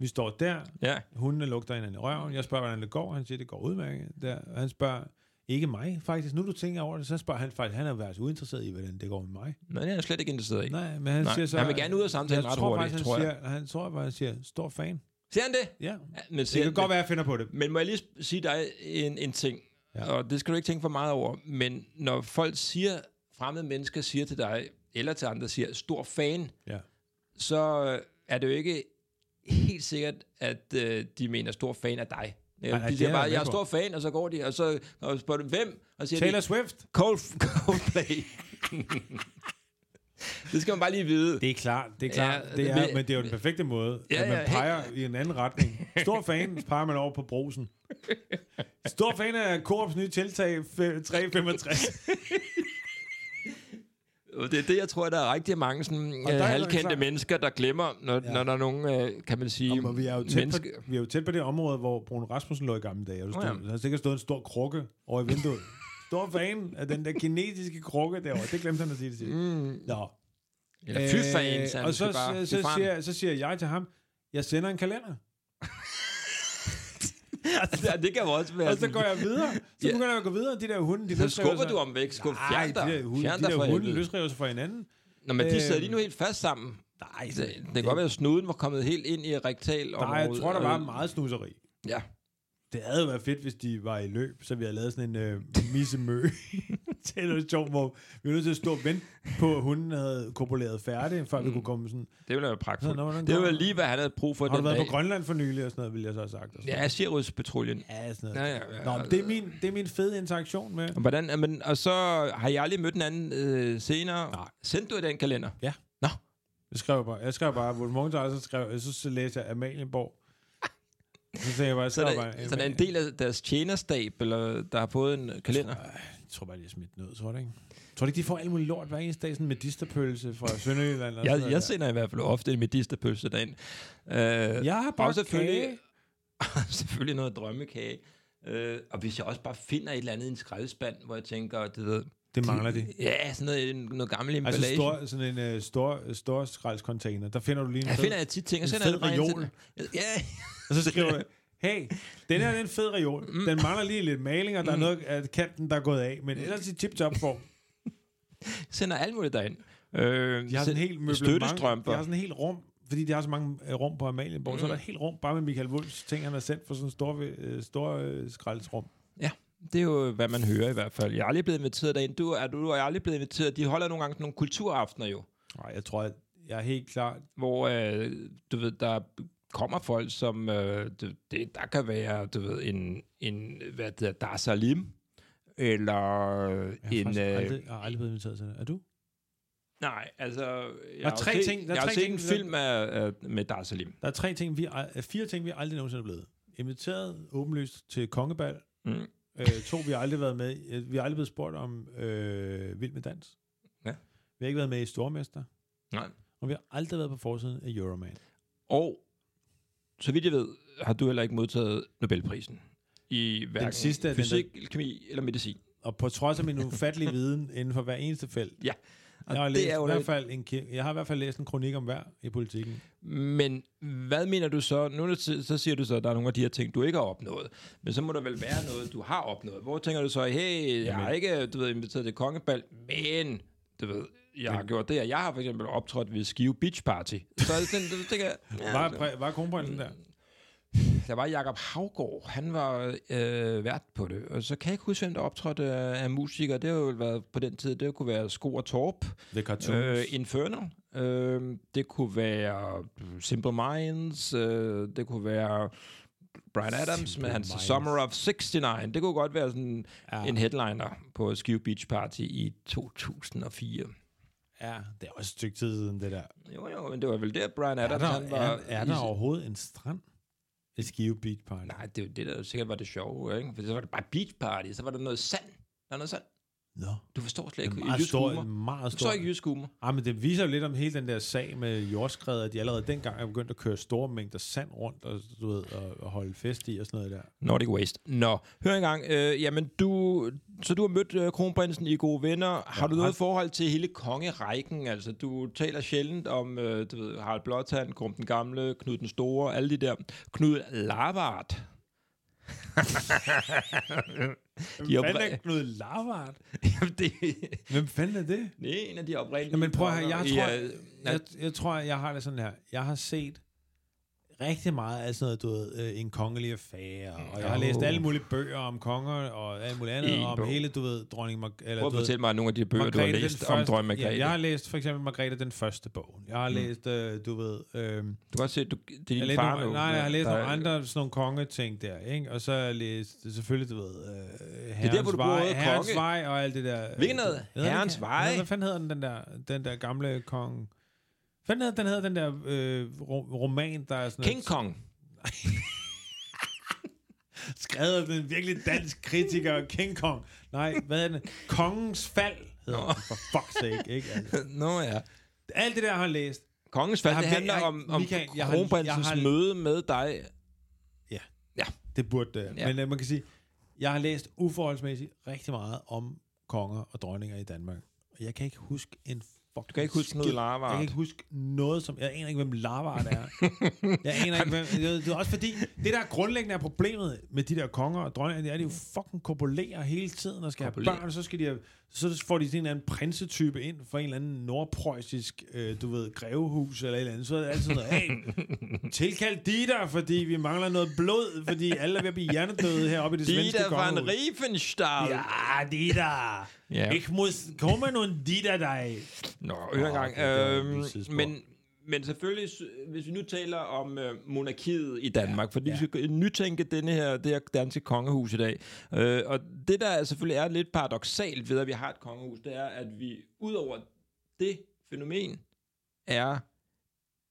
S2: Vi står der,
S1: Ja,
S2: Hundene lugter hinanden i røven. Jeg spørger, hvordan det går. Han siger, det går udmærket. Der. Og Han spørger, ikke mig faktisk. Nu du tænker over det, så spørger han faktisk, han er været uinteresseret i, hvordan det går med mig.
S1: men det er jeg slet ikke interesseret i.
S2: Nej, men han
S1: Nej,
S2: siger så...
S1: han vil gerne ud af samtalen
S2: jeg
S1: ret
S2: tror
S1: hurtigt,
S2: faktisk,
S1: tror
S2: han
S1: jeg.
S2: Siger, han tror bare, han siger, stor fan.
S1: Ser han det?
S2: Ja,
S1: Ja, men,
S2: det
S1: siger
S2: kan
S1: han
S2: godt være, jeg finder på det.
S1: men må jeg lige sp- sige dig en, en ting, ja.
S2: Ja.
S1: og det skal du ikke tænke for meget over, men når folk siger, fremmede mennesker siger til dig, eller til andre siger, stor fan,
S2: Ja.
S1: så øh, er det jo ikke helt sikkert, at øh, de mener stor fan af dig. Ja,
S2: nej,
S1: de
S2: det er
S1: siger bare,
S2: jeg med
S1: jeg er
S2: på.
S1: stor fan, og så går de, og så og spørger du, hvem? Og så siger
S2: Taylor
S1: de,
S2: Swift.
S1: Cold, Coldplay. det skal man bare lige vide.
S2: Det er klart, det er klart.
S1: Ja,
S2: Ja, det er,
S1: men-
S2: men det er jo den perfekte måde,
S1: Ja,
S2: ja, at man
S1: ja,
S2: peger i en anden retning. Stor fan peger man over på brosen. Stor fan af Coops nye tiltag f- 365.
S1: Og Øh, Det er det, jeg tror, der er rigtig mange sådan,
S2: Og
S1: øh,
S2: der er
S1: halvkendte
S2: altså-
S1: mennesker, der glemmer, når, ja. når der er nogen, øh, kan man sige,
S2: Og vi er, jo tæt på, vi er jo tæt på det område, hvor Bruno Rasmussen lå i gamle dage. Og der,
S1: Nå ja.
S2: stod, der har sikkert stået en stor krukke over i vinduet. Stor fan af den der kinesiske krukke derovre. Det glemte han at sige det sidste.
S1: Mm,
S2: Nå.
S1: eller fy fan, så
S2: øh,
S1: han skal
S2: og så,
S1: bare se
S2: så, så,
S1: frem.
S2: siger, så siger jeg til ham, jeg sender en kalender.
S1: ja, Altså, det kan jo også være
S2: Og så
S1: sådan-
S2: går jeg videre. Så
S1: Ja.
S2: begynder jeg at gå videre. De der hunde, de
S1: Så
S2: løsriver
S1: skubber
S2: sig-
S1: du om væk. Skub,
S2: Nej,
S1: fjern
S2: de
S1: dig.
S2: der hunde,
S1: Fjern
S2: de
S1: dig fra
S2: der hunde
S1: helvede.
S2: løsriver sig fra hinanden.
S1: Nå, men de sidder
S2: Øhm,
S1: lige nu helt fast sammen.
S2: Nej,
S1: Det, det kan godt være, at snuden var kommet helt ind i rektal
S2: Nej, jeg tror, der var meget snuseri.
S1: Ja.
S2: Det havde jo været fedt, hvis de var i løb, så vi havde lavet sådan en øh, missemø. det er noget sjovt, hvor vi var nødt til at stå og vente på, at hunden havde korpuleret færdig, før mm. vi kunne komme sådan.
S1: Det ville være
S2: Så,
S1: pragtfuldt.
S2: nå, hvordan
S1: Det
S2: går
S1: var
S2: det?
S1: lige, hvad han havde brug for
S2: Har du
S1: den
S2: været
S1: dag.
S2: på Grønland for nylig og sådan noget, ville jeg så have sagt. Og sådan.
S1: Ja, Sirius-patruljen.
S2: ja, sådan
S1: Ja,
S2: noget.
S1: ja, ja.
S2: Nå, men det er min, det er min fede interaktion med.
S1: Og Hvordan, men, og så har jeg aldrig mødt en anden øh, senere. Nej. Sendte du den kalender?
S2: Ja.
S1: Nå,
S2: Jeg skrev bare, jeg skrev bare, hvor mange så skrev, så, så læste jeg Amalienborg. Så tænkte jeg bare, jeg
S1: så
S2: skrev
S1: er,
S2: bare,
S1: der, så er der en del af deres tjenerstab, eller, der har fået en kalender.
S2: Jeg tror bare, de er smidt ned, tror du ikke? Tror du ikke, de får alt muligt lort hver eneste dag? Sådan en medisterpølse fra Sønderjylland? og sådan
S1: Jeg,
S2: noget
S1: jeg
S2: der.
S1: sender i hvert fald ofte en medisterpølse derind. Øh,
S2: Jeg har
S1: Og
S2: bare
S1: selvfølgelig-
S2: selvfølgelig...
S1: selvfølgelig noget drømmekage. Øh, og hvis jeg også bare finder et eller andet i en skraldespand, hvor jeg tænker, det ved,
S2: Det mangler de.
S1: ja, sådan noget, en- noget gammel emballage.
S2: Altså stor, sådan en uh, stor, øh, stor skraldscontainer. Der finder du lige en
S1: jeg
S2: fed,
S1: finder jeg tit ting, og
S2: en
S1: sender
S2: fed
S1: jeg det bare ind
S2: reol.
S1: til- Ja,
S2: og så skriver jeg, hey, den her er en fed reol. Den mangler lige lidt maling, og der er noget af kanten, der er gået af. Men ellers i tip-top form.
S1: sender alt muligt derind. Øh,
S2: De har sådan en helt møblement. De
S1: Støttestrømper.
S2: har sådan en helt rum, fordi de har så mange øh, rum på Amalienborg. Mm. Så er der et helt rum bare med Michael Wulfs ting, han har sendt for sådan en stor, øh, stor øh, skraldsrum.
S1: Det er jo, øh, hvad man hører i hvert fald. Jeg er aldrig blevet inviteret derind. Du er, du er aldrig blevet inviteret. De holder nogle gange sådan nogle kulturaftener jo,
S2: Nej, jeg tror, at jeg er helt klar.
S1: hvor øh, du ved, der kommer folk, som øh, du, det, der kan være, du ved, en, en hvad det er, Dar Salim, eller
S2: Jeg
S1: en...
S2: har
S1: øh,
S2: øh, aldrig, jeg har aldrig blevet inviteret til det. Er du?
S1: Nej, altså... Jeg
S2: er
S1: har jo
S2: tre
S1: set,
S2: ting- der er
S1: jeg har
S2: tre
S1: set
S2: ting,
S1: en
S2: vi-
S1: film af, af, med Dar Salim.
S2: Der er tre ting, vi al- øh, fire ting, vi aldrig nogensinde er blevet. Inviteret åbenlyst til kongebal.
S1: Mm.
S2: Øh, to, vi har aldrig været med. i- øh, Vi har aldrig blevet spurgt om øh, vild med dans.
S1: Ja.
S2: Vi har ikke været med i Stormester.
S1: Nej.
S2: Og vi har aldrig været på forsiden af Euroman.
S1: Og så vidt jeg ved, har du heller ikke modtaget Nobelprisen i hverken
S2: sidste er den,
S1: fysik, den kemi eller medicin.
S2: Og på trods af min ufattelige viden inden for hver eneste felt.
S1: Ja. Og
S2: Jeg har,
S1: det
S2: læst,
S1: er jo
S2: i hvert
S1: lidt-
S2: fald en, ki- jeg har i hvert fald læst en kronik om hver i politikken.
S1: Men hvad mener du så? Nu er det ti- så siger du så, at der er nogle af de her ting, du ikke har opnået. Men så må der vel være noget, du har opnået. Hvor tænker du så, hey, jeg har
S2: Jamen.
S1: ikke du ved, inviteret til kongebal, men du ved, jeg har gjort det, og jeg har for eksempel optrådt ved Skive Beach Party. Så er det sådan, du tænker, ja, altså,
S2: Var, præ- var kronprinsen
S1: Mm.
S2: der?
S1: Der var Jakob Havgård, han var øh, vært på det, og så kan jeg ikke huske, hvem der optrådte øh, af musikere. Det har jo været på den tid, det kunne være Sko og Torp,
S2: The Cartoons.
S1: øh, Infernal, øh, det kunne være øh, Simple Minds, øh, det kunne være Brian Adams
S2: Simple
S1: med hans
S2: Minds.
S1: Summer of 69. Det kunne godt være sådan
S2: Ja.
S1: ja. en headliner på Skive Beach Party i 2004.
S2: Ja, det er også et stykke tid siden, det der.
S1: Jo, jo, men det var vel der, Brian
S2: Er
S1: Adams,
S2: der,
S1: han var...
S2: er, er der
S1: i-
S2: overhovedet en strand? Et Skive Beach Party.
S1: Nej, det er jo det, der sikkert var det sjove, ikke? For så var det bare beach party, så var der noget sand. Der er noget sand.
S2: Nå.
S1: Du forstår slet
S2: Det
S1: ikke
S2: er
S1: jysk
S2: meget stor,
S1: humor.
S2: en meget
S1: Du
S2: stor.
S1: forstår ikke jysk humor.
S2: Ah, men det viser jo lidt om hele den der sag med jordskred, at de allerede dengang er begyndt at køre store mængder sand rundt og, du ved, og, og holde fest i og sådan noget der.
S1: Nordic Waste. Nå, hør engang. Øh, jamen, du, så du har mødt øh, kronprinsen i gode venner. Har du noget
S2: han-
S1: forhold til hele kongerækken? Altså, du taler sjældent om, øh, du ved, Harald Blåtand, Grum den Gamle, Knud den Store, alle de der. Knud Lavard. de
S2: Hvem fanden er
S1: opre-
S2: Knud Lavard?
S1: Jamen, det
S2: Hvem fanden er det?
S1: det er en af de oprindelige.
S2: Jamen prøv at høre, jeg
S1: konger i,
S2: tror,
S1: øh,
S2: jeg, jeg tror, jeg har det sådan her. Jeg har set rigtig meget af sådan noget, du ved, øh, en kongelig affære, og jeg har læst alle mulige bøger om konger og alt muligt andet,
S1: En
S2: og om
S1: bog.
S2: hele, du ved, dronning... Mar-
S1: Prøv
S2: eller, du
S1: at
S2: ved,
S1: fortælle mig nogle af de bøger, du har
S2: Margrethe den
S1: læst om
S2: første-
S1: Drømme Margrethe. Mm.
S2: Ja, jeg har læst for eksempel Margrethe den første bog. Jeg har læst, øh, du ved... Øh,
S1: Du kan godt se, du, det er
S2: jeg
S1: din
S2: læste
S1: far
S2: nogle,
S1: nu.
S2: nej, jeg har læst
S1: der-
S2: nogle andre sådan nogle kongeting der, ikke? Og så har jeg læst, selvfølgelig, du ved, øh, Herrens
S1: der, hvor du bruger
S2: vej,
S1: ordet
S2: Herrens
S1: konge.
S2: vej og alt det der.
S1: Hvilken hedder det?
S2: Hedder den
S1: Herrens
S2: ikke-
S1: Vej?
S2: Hvad fanden hedder den, den der, den der gamle kong? Hvad fanden hedder den, hedder den der øh, ro- roman, der er sådan
S1: King
S2: et-
S1: Kong.
S2: skrevet af den virkelig dansk kritiker, King Kong. Nej, hvad er den? Kongens Fald hedder den, for fuck's sake, ikke? Altså,
S1: Nå ja.
S2: alt det der, jeg har læst,
S1: Kongens fald,
S2: Jeg har
S1: det
S2: væ-
S1: handler
S2: jeg-
S1: om, om
S2: Michael, jeg har-
S1: kronprinsens
S2: jeg har-
S1: møde med dig.
S2: Det burde det.
S1: Ja.
S2: Ja. Men øh, man kan sige, jeg har læst uforholdsmæssigt rigtig meget om konger og dronninger i Danmark. Og jeg kan ikke huske en fucking
S1: Du kan ikke huske
S2: skid.
S1: noget
S2: Jeg
S1: larvart.
S2: kan ikke huske noget, som... Jeg aner ikke, hvem Larvart er. jeg aner ikke, hvem... Det er også fordi, det der grundlæggende er problemet med de der konger og dronninger, det er, at de jo fucking korpulerer hele tiden og skal
S1: Korpulerer.
S2: have børn, og så, skal de have, så får de sådan en eller anden prinsetype ind fra en eller anden nordpreussisk, øh, du ved, grevehus eller et eller andet. Så er det altid noget, hey, tilkald Dieter, fordi vi mangler noget blod, fordi alle er ved at blive hjernedøde heroppe i det
S1: De
S2: svenske
S1: der fra en
S2: kongehus.
S1: Riefenstahl.
S2: Ja, Dieter.
S1: Ja.
S2: Ich muss kommen und Dieter dig.
S1: Nå, hør engang.
S2: okay, det var et
S1: Øhm,
S2: sidespor.
S1: men, men selvfølgelig, s- hvis vi nu taler om øh, monarkiet i Danmark, ja, fordi ja. vi skal nytænke denne her, det her danske kongehus i dag. Øh, og det, der selvfølgelig er lidt paradoxalt ved, at vi har et kongehus, det er, at vi ud over det fænomen er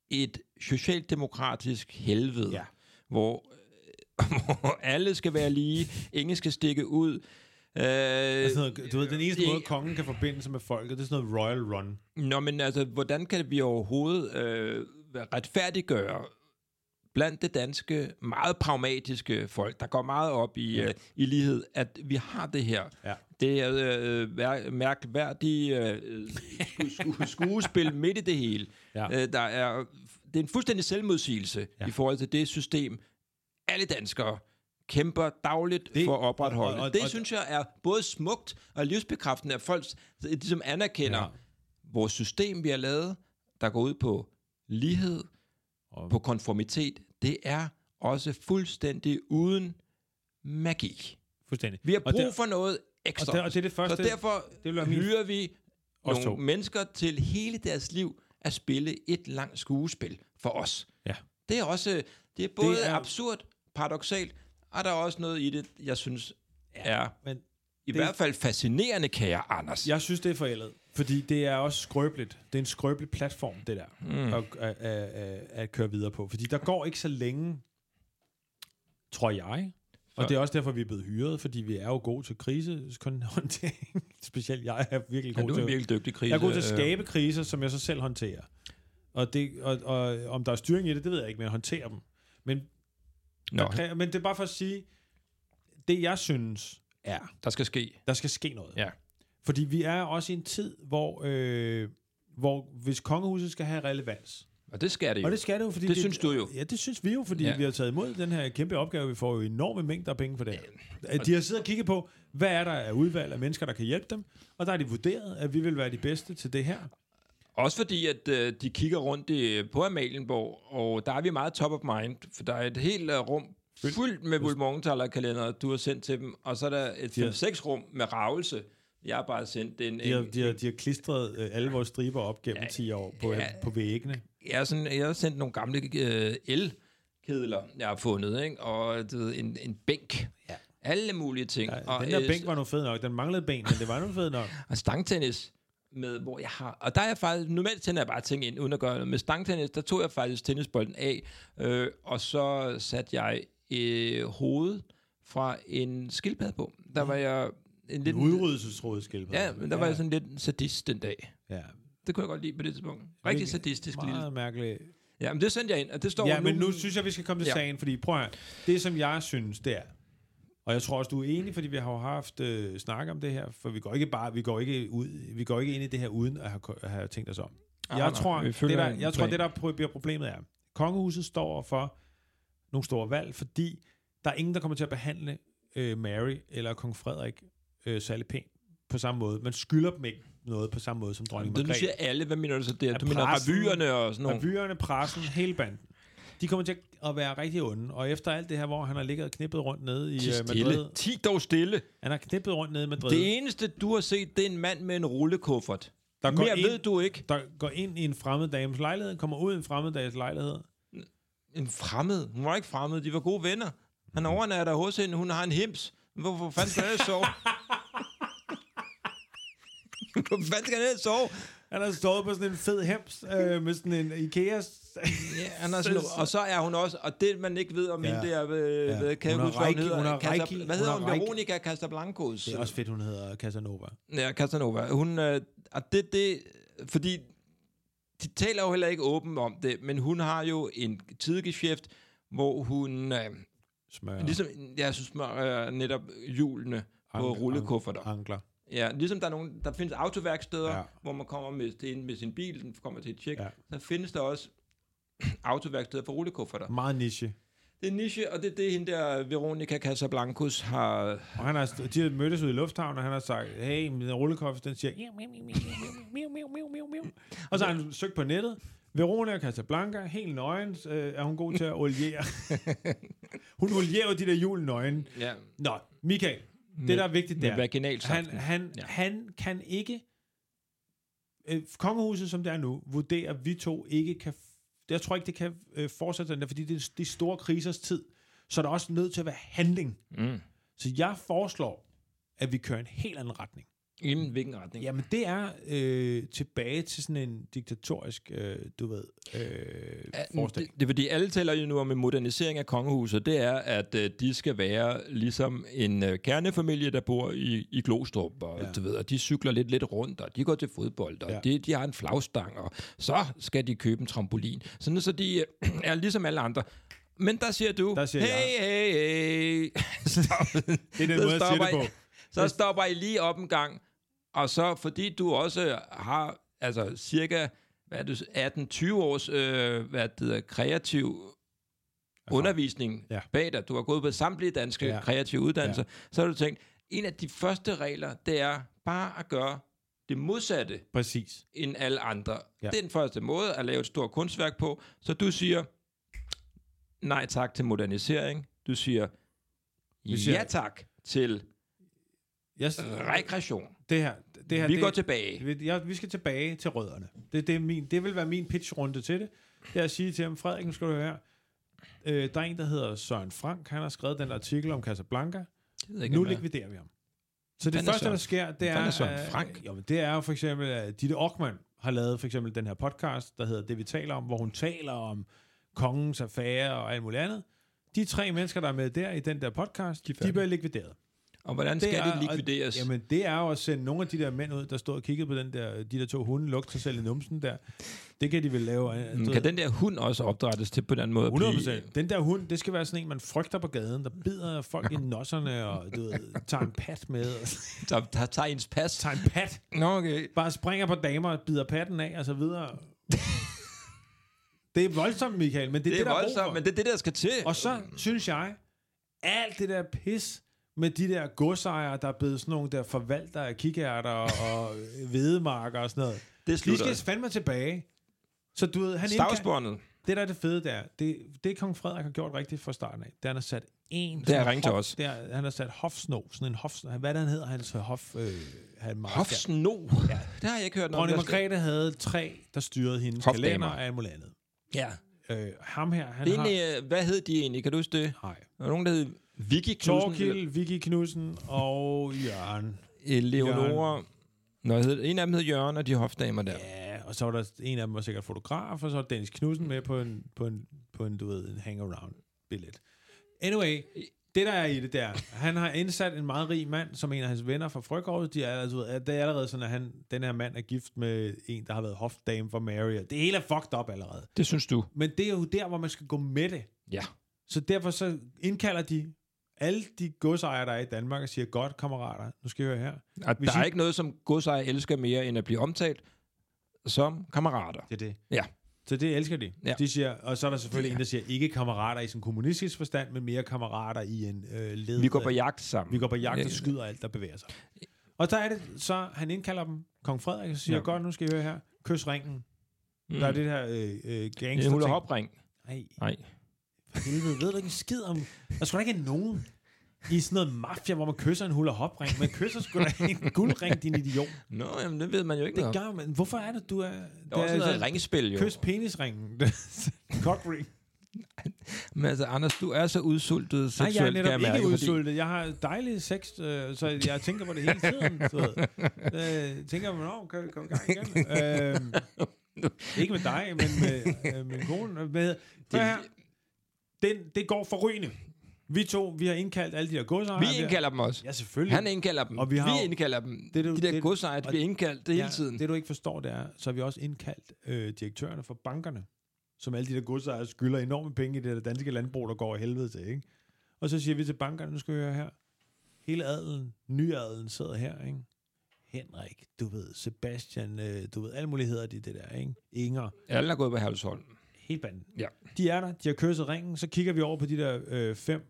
S1: et socialdemokratisk helvede,
S2: Ja.
S1: hvor, øh, hvor alle skal være lige, ingen skal stikke ud. Øh,
S2: Det er sådan noget, du ved, den eneste
S1: Øh,
S2: måde, kongen kan forbinde sig med folket, det er sådan noget royal run.
S1: Nå, men altså, hvordan kan vi overhovedet øh, retfærdiggøre blandt det danske meget pragmatiske folk, der går meget op i, øh, i lighed, at vi har det her.
S2: Ja.
S1: Det er øh, vær- mærkværdige øh, sku- sku- skuespil midt i det hele.
S2: Ja.
S1: Øh, der er, det er en fuldstændig selvmodsigelse ja. i forhold til det system, alle danskere kæmper dagligt det,
S2: Det-
S1: for at opretholde. Og, og, og, det
S2: og-
S1: synes jeg er både smukt og livsbekræftende, at folk ligesom anerkender, ja
S2: Ja.
S1: vores system, vi har lavet, der går ud på lighed, og
S2: Og-
S1: på konformitet, det er også fuldstændig uden magi.
S2: Fuldstændig.
S1: Vi har
S2: Og
S1: brug
S2: der-
S1: for noget ekstra.
S2: og der- og det er det
S1: Så
S2: første-
S1: derfor
S2: det vil være min-
S1: hyrer vi
S2: Os
S1: nogle
S2: to.
S1: mennesker til hele deres liv at spille et langt skuespil for os.
S2: Ja.
S1: Det er også det er både det er...
S2: er-
S1: absurd, paradoxalt, og der er også noget i det, jeg synes er
S2: Men
S1: i
S2: det-
S1: hvert fald fascinerende, kære Anders.
S2: Jeg synes, det er forældet. Fordi det er også skrøbeligt. Det er en skrøbelig platform, det der, mm. at, at, at, at køre videre på. Fordi der går ikke så længe, tror jeg. Og det er også derfor, vi er blevet hyret, fordi vi er jo gode til krisehåndtering. Specielt jeg er virkelig
S1: Ja,
S2: god
S1: du er
S2: til
S1: en virkelig dygtig Øh, krise.
S2: Jeg er god til at skabe kriser, som jeg så selv håndterer. Og, det, og, og om der er styring i det, det ved jeg ikke, men jeg håndterer dem. Men,
S1: Nå,
S2: der kræver, men det er bare for at sige, det jeg synes er,
S1: der skal ske.
S2: der skal ske noget.
S1: Ja.
S2: Fordi vi er også i en tid, hvor, øh, hvor hvis kongehuset skal have relevans.
S1: Og det skal det jo.
S2: Og det skal det jo, fordi...
S1: Det synes du jo.
S2: Ja, det synes vi jo, fordi
S1: Ja.
S2: ja. vi har taget imod den her kæmpe opgave. Vi får jo enorme mængder af penge for det. her. De har siddet og kigget på, hvad er der af udvalg af mennesker, der kan hjælpe dem. Og der er de vurderet, at vi vil være de bedste til det her.
S1: Også fordi, at øh, de kigger rundt i, på Amalienborg, og der er vi meget top of mind, for der er et helt øh, rum fyldt med Vulmongtaler-kalendere, du har sendt til dem, og så er der et 5-6 rum med ravelse. Jeg har bare sendt en...
S2: De har,
S1: en
S2: de har, de har klistret øh, alle vores striber op gennem ja, 10 år på, ja. på væggene.
S1: jeg, er sådan, jeg har sendt nogle gamle øh, elkedler, jeg har fundet, ikke? og du ved, en, en bænk. Ja. øh, Alle mulige ting.
S2: Ja, den der bænk var nu fed nok. Den manglede ben, men det var nu fed nok.
S1: og stangtennis, med, hvor jeg har... Og der er jeg faktisk... Normalt tænder jeg bare ting ind, uden at gøre noget. Med stangtennis, der tog jeg faktisk tennisbolden af, øh, og så satte jeg øh, hovedet fra en skildpadde på. Der var jeg en lidt...
S2: En udryddelsesråd skildpadde.
S1: Ja, men der var jeg sådan lidt sadist den dag.
S2: Ja.
S1: Det kunne jeg godt lide på det tidspunkt. Rigtig sadistisk
S2: Meget
S1: lille.
S2: mærkeligt.
S1: Ja, men det sendte jeg ind, og det står
S2: Ja, men nu synes jeg, vi skal komme til
S1: Ja.
S2: ja. sagen, fordi prøv at høre. Det, som jeg synes, det er, og jeg tror også, du er enig, fordi vi har jo haft øh, snak om det her, for vi går ikke bare, vi går ikke ud, vi går ikke ind i det her uden at have, at have tænkt os om.
S1: Ah,
S2: Jeg,
S1: nej,
S2: tror,
S1: vi
S2: det
S1: følger
S2: der,
S1: en
S2: jeg tror,
S1: plan.
S2: det der pro- bliver problemet er, kongehuset står for nogle store valg, fordi der er ingen, der kommer til at behandle øh, Mary eller kong Frederik øh, særlig pænt på samme måde. Man skylder dem ikke noget på samme måde som dronning
S1: Det, nu
S2: Margrethe.
S1: siger alle, hvad mener du så der?
S2: At
S1: Du mener
S2: pressen-
S1: revyerne og sådan nogle...
S2: Revyerne, pressen, hele banden. De kommer til at være rigtig onde. Og efter alt det her, hvor han har ligget og knippet rundt nede i
S1: Ti
S2: øh, Madrid.
S1: stille. Ti dog stille.
S2: Han har knippet rundt nede i Madrid.
S1: Det eneste, du har set, det er en mand med en rullekuffert. Der
S2: går
S1: Mere
S2: en-
S1: ved du ikke.
S2: der går ind i en fremmed dames lejlighed, kommer ud i en fremmed dames lejlighed.
S1: En fremmed. Hun var ikke fremmed. De var gode venner. Han
S2: Mm.
S1: overnatter hos hende. Hun har en hims. Hvorfor fanden skal han ellers sove? Hvorfor fanden skal han ellers sove?
S2: Han har stået på sådan en fed hems øh, med sådan en Ikea.
S1: Ja, han er sådan, og så er hun også, og det man ikke ved om ja.
S2: Ja.
S1: hende der, øh,
S2: Ja.
S1: ja. kan jeg
S2: Hun har
S1: huske, hvad hun
S2: Reiki- hun
S1: hedder?
S2: har
S1: Casa,
S2: Reiki-
S1: hvad hedder
S2: hun
S1: hun?
S2: har Reiki-
S1: Veronica Casablancos.
S2: Det er også fedt, hun hedder Casanova.
S1: Ja, Casanova. Hun, øh, og det, det, fordi de taler jo heller ikke åbent om det, men hun har jo en tidegeschæft, hvor hun, øh,
S2: Smør.
S1: ligesom, jeg synes, øh, netop hjulene på
S2: Ank-
S1: rullekufferter.
S2: ank- Ankler.
S1: Ja, ligesom der er nogen, der findes autoværksteder,
S2: Ja.
S1: ja. hvor man kommer med, til, en- med sin bil, den kommer til et tjek,
S2: Ja.
S1: ja. så findes der også autoværksteder for rullekufferter.
S2: Meget niche.
S1: Det er en niche, og det er det, hende der Veronica Casablancos har...
S2: Og han har, st- de har mødtes ude i lufthavnen, og han har sagt, hey, min rullekoffer, den siger, miau, miau, miau, miau, miau, miau, miau, miau, miau. og så har han søgt på nettet, Verona Casablanca, helt nøgen, øh, er hun god til at oliere. hun olierer jo de der hjul nøgen.
S1: Ja,
S2: Nå, Michael, det der er
S1: med
S2: vigtigt, det
S1: ja.
S2: er, han,
S1: vaginalsaften.
S2: han, ja.
S1: Ja.
S2: han kan ikke, øh, kongehuset som det er nu, vurderer, at vi to ikke kan, f- jeg tror ikke, det kan øh, fortsætte den der, fordi det er de store krisers tid, så er der også nødt til at være handling.
S1: Mm.
S2: Så jeg foreslår, at vi kører en helt anden retning.
S1: I hvilken retning?
S2: Jamen, det er øh, tilbage til sådan en diktatorisk, øh, du ved, øh, forestilling.
S1: Det, det er fordi, alle taler jo nu om en modernisering af kongehuset. Det er, at øh, de skal være ligesom en øh, kernefamilie, der bor i, i Glostrup. Og,
S2: Ja.
S1: ja. du ved, og de cykler lidt, lidt rundt, og de går til fodbold, og
S2: Ja.
S1: ja. de, de har en flagstang, og så skal de købe en trampolin. Sådan, så de øh, er ligesom alle andre. Men der siger du,
S2: Der siger
S1: hey, hey, hey, stop.
S2: Det er den
S1: Så
S2: måde, jeg siger det
S1: stopper
S2: på.
S1: I- Så stopper I lige op en gang, og så fordi du også har altså cirka hvad er det, 18-20 års øh, hvad det hedder, kreativ undervisning
S2: Ja.
S1: ja. bag dig, du har gået på samtlige danske
S2: Ja.
S1: ja. kreative uddannelser, ja. så har du tænkt, en af de første regler, det er bare at gøre det modsatte
S2: Præcis.
S1: end alle andre.
S2: Ja.
S1: Ja. Det er den første måde at lave et stort kunstværk på. Så du siger, nej tak til modernisering. Du siger,
S2: siger-
S1: siger ja tak til
S2: Jeg,
S1: rekreation.
S2: det her, det her
S1: Øh. Vi
S2: det,
S1: går tilbage.
S2: Vi, jeg, vi skal tilbage til rødderne. Det, det, er min, det vil være min pitchrunde til det. Det er at sige til ham, Frederik, nu skal du høre her. Øh, der er en, der hedder Søren Frank. Han har skrevet den artikel om Casablanca.
S1: Det ved jeg
S2: Nu
S1: om jeg-
S2: likviderer vi ham. Så det
S1: Fanden er
S2: første,
S1: Søren-
S2: der sker, det er...
S1: fanden er Søren
S2: øh,
S1: Frank?
S2: Jo, men det er jo for eksempel, at Ditte Ockmann har lavet for eksempel den her podcast, der hedder Det, vi taler om, hvor hun taler om kongens affære og alt muligt andet. De tre mennesker, der er med der i den der podcast, de, de
S1: færdige.
S2: bliver likvideret.
S1: Og hvordan skal det, likvideres?
S2: Og, jamen, det er jo at sende nogle af de der mænd ud, der stod og kiggede på den der, de der to hunde, lugte sig selv i numsen der. Det kan de vel lave. øh, du
S1: jamen,
S2: ved.
S1: Mm, kan den der hund også opdrettes til på den måde? at blive-
S2: 100%. Den der hund, det skal være sådan en, man frygter på gaden, der bider folk i nosserne og du ved, tager en pat med.
S1: Der, der tager ens pas.
S2: Tager en pat.
S1: Nå, okay.
S2: Bare springer på damer og bider patten af og så videre. det er voldsomt, Michael, men det er
S1: Det
S2: det,
S1: er
S2: der er brug for.
S1: voldsomt, men det er det, der skal til.
S2: Og så synes jeg, alt det der pis med de der godsejere, der er blevet sådan nogle der forvalter af kikærter og hvedemarker og sådan noget.
S1: det
S2: De
S1: slutter.
S2: skal fandme tilbage. Så du ved, han indkald-
S1: Stavsbåndet.
S2: det der er det fede der, det, det kong Frederik har gjort rigtigt fra starten af, det er, han har sat en...
S1: Det er at ringe til os.
S2: Det er, han har sat hofsno, sådan en hof... Hvad er det, han hedder, hans hof... Øh, han
S1: Hofsno. Ja. Det har jeg ikke hørt noget
S2: Dronning Margrethe havde tre, der styrede hendes
S1: Hofdamer.
S2: kalender og alt muligt andet.
S1: Ja.
S2: Øh, ham her, han
S1: Det er
S2: har...
S1: egentlig, øh, hvad hed de egentlig? Kan du huske det?
S2: Nej.
S1: Der var nogen, der hed Vicky Knudsen.
S2: Torkil, Vicky Knudsen og Jørgen.
S1: Eleonora. Nå, hed, en af dem hed Jørgen, og de hofdamer der.
S2: Ja, og så var der en af dem var sikkert fotograf, og så var Dennis Knudsen med på en, på en, på en du ved, en hangaround-billet. Anyway, det der er i det der, han har indsat en meget rig mand, som en af hans venner fra Frygård, de er, altså, det er allerede sådan, at han, den her mand er gift med en, der har været hofdame for Mary, og det hele er fucked up allerede.
S1: Det synes du?
S2: Men det er jo der, hvor man skal gå med det.
S1: Ja.
S2: Så derfor så indkalder de alle de godsejere, der er i Danmark, og siger, godt kammerater, nu skal I høre her.
S1: Og
S2: Hvis
S1: der
S2: I-
S1: er ikke noget, som godsejer elsker mere, end at blive omtalt som kammerater.
S2: Det er det.
S1: Ja.
S2: Så det elsker de. Ja.
S1: Ja.
S2: de siger, og så er der selvfølgelig ja. en, der siger, ikke kammerater i sådan kommunistisk forstand, men mere kammerater i en øh, led.
S1: Vi går på jagt sammen.
S2: vi går på jagt og
S1: Ja.
S2: skyder alt, der bevæger sig. Og der er det, så han indkalder dem, kong Frederik, og siger, ja.
S1: Ja. Mm.
S2: godt, nu skal I høre her, kys ringen. Mm. Der er det her øh, øh,
S1: En
S2: gangster
S1: hula hopring.
S2: Ej,
S1: Nej.
S2: for helvede, ved du ikke en skid om... Der skulle da ikke nogen i sådan noget mafia, hvor man kysser en hula hopring. Man kysser sgu da en guldring, din idiot.
S1: Nå, jamen, det ved man jo ikke
S2: Det
S1: noget om.
S2: gør man. Hvorfor er det, du er...
S1: Der er også noget ringspil, jo.
S2: Kys penisringen. Cockring.
S1: Men altså, Anders, du er så udsultet
S2: Nej, jeg er
S1: seksuelt, kan
S2: netop
S1: mærke,
S2: ikke
S1: fordi-
S2: udsultet. Jeg har dejlig sex, øh, så jeg tænker på det hele tiden. Så, øh, tænker, hvornår kan vi komme i gang igen? øh, ikke med dig, men med øh, min kone. Med, det, her. Den, det går forrygende. Vi to, vi har indkaldt alle de der godsejer.
S1: Vi indkalder dem også.
S2: Ja, selvfølgelig.
S1: Han indkalder dem.
S2: Og vi har
S1: vi
S2: jo-
S1: indkalder dem.
S2: Det
S1: Det,
S2: er jo-
S1: de der
S2: det-
S1: godsejere, de
S2: og-
S1: bliver indkaldt det hele tiden.
S2: Det du ikke forstår, det er, så har vi også indkaldt øh, direktørerne for bankerne, som alle de der godsejere skylder enorme penge i det der danske landbrug, der går af helvede til, ikke? Og så siger vi til bankerne, nu skal vi høre her, hele adelen, nyadelen sidder her, ikke? Henrik, du ved, Sebastian, øh, du ved, alle muligheder de det der, ikke? Inger,
S1: Alle er gået på Halsholm.
S2: hele banden.
S1: Ja.
S2: De er der, de har kysset ringen, så kigger vi over på de der øh, fem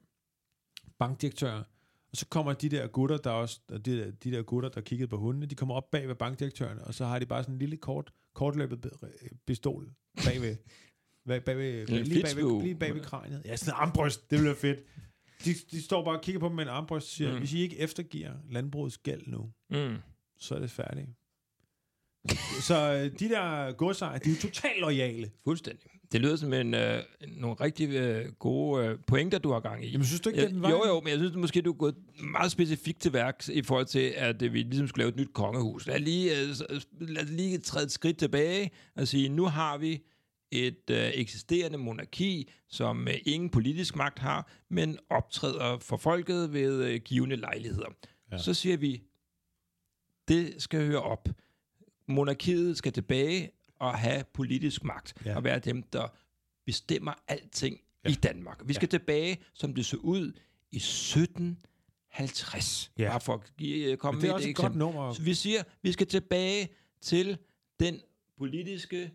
S2: bankdirektører, og så kommer de der gutter, der også, og de, der, de der gutter, der kiggede på hundene, de kommer op bag ved bankdirektøren, og så har de bare sådan en lille kort, kortløbet be- øh, pistol bag ved, bag, bag ved, bag, lige, bag ved,
S1: flitsbue.
S2: lige bag ved kraniet. Ja, sådan en armbryst, det bliver fedt. De, de står bare og kigger på dem med en armbryst og siger, mm.
S1: Mm.
S2: hvis I ikke eftergiver landbrugets gæld nu,
S1: Mm.
S2: så er det færdigt. så øh, de der godsejere, de er jo totalt lojale.
S1: Fuldstændig. Det lyder som en, øh, nogle rigtig øh, gode øh, pointer, du har gang i.
S2: Jamen, synes du ikke, det er den vej?
S1: jo, jo, men jeg synes måske, du er gået meget specifikt til værks i forhold til, at øh, vi ligesom skulle lave et nyt kongehus. Lad, lige, øh, s- øh, lad os lige træde et skridt tilbage og sige, nu har vi et øh, eksisterende monarki, som øh, ingen politisk magt har, men optræder for folket ved øh, givende lejligheder.
S2: Ja.
S1: Ja. Så siger vi, det skal høre op. Monarkiet skal tilbage og have politisk magt,
S2: Ja.
S1: ja. og være dem, der bestemmer alting ja. i Danmark. Vi skal ja. tilbage, som det så ud i 1750.
S2: Ja.
S1: Bare for at give, øh, komme
S2: Men det er
S1: med
S2: også
S1: et
S2: et godt
S1: eksempel.
S2: nummer.
S1: Så vi siger, vi skal tilbage til den politiske,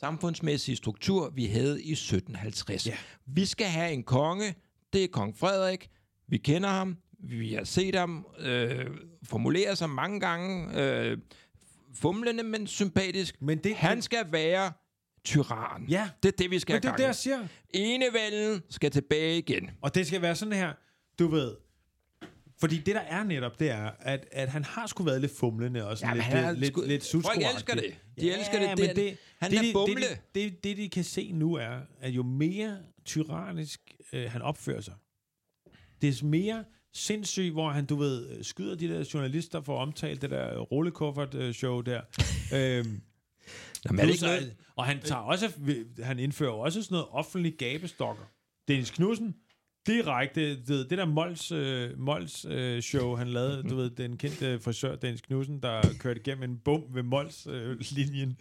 S1: samfundsmæssige struktur, vi havde i 1750.
S2: Ja.
S1: Vi skal have en konge, det er kong Frederik, vi kender ham, vi har set ham øh, formulere sig mange gange, øh, fumlende, men sympatisk.
S2: Men det,
S1: Han skal være tyran.
S2: Ja.
S1: Det er det, vi skal
S2: men det
S1: have
S2: er
S1: gang
S2: det,
S1: i.
S2: jeg siger.
S1: Enevælden skal tilbage igen.
S2: Og det skal være sådan her, du ved. Fordi det, der er netop, det er, at, at han har sgu været lidt fumlende og sådan
S1: Jamen,
S2: lidt,
S1: han er
S2: lidt,
S1: sgu-
S2: lidt, lidt
S1: Folk
S2: sutskoagtig.
S1: elsker det. De elsker det.
S2: men
S1: Det er- han er
S2: de-
S1: bumle.
S2: Det, det, det, det, de kan se nu er, at jo mere tyrannisk øh, han opfører sig, des mere sindssyg, hvor han, du ved, øh, skyder de der journalister for at omtale det der rullekuffert-show der. øhm,
S1: Jamen,
S2: Men
S1: er det
S2: det
S1: ikke noget?
S2: og han, tager også, han indfører jo også sådan noget offentlig gabestokker. Dennis Knudsen, direkte, du ved, det der Mols, øh, Mols øh, show, han lavede, du ved, den kendte øh, frisør Dennis Knudsen, der kørte igennem en bum ved Mols øh, linjen.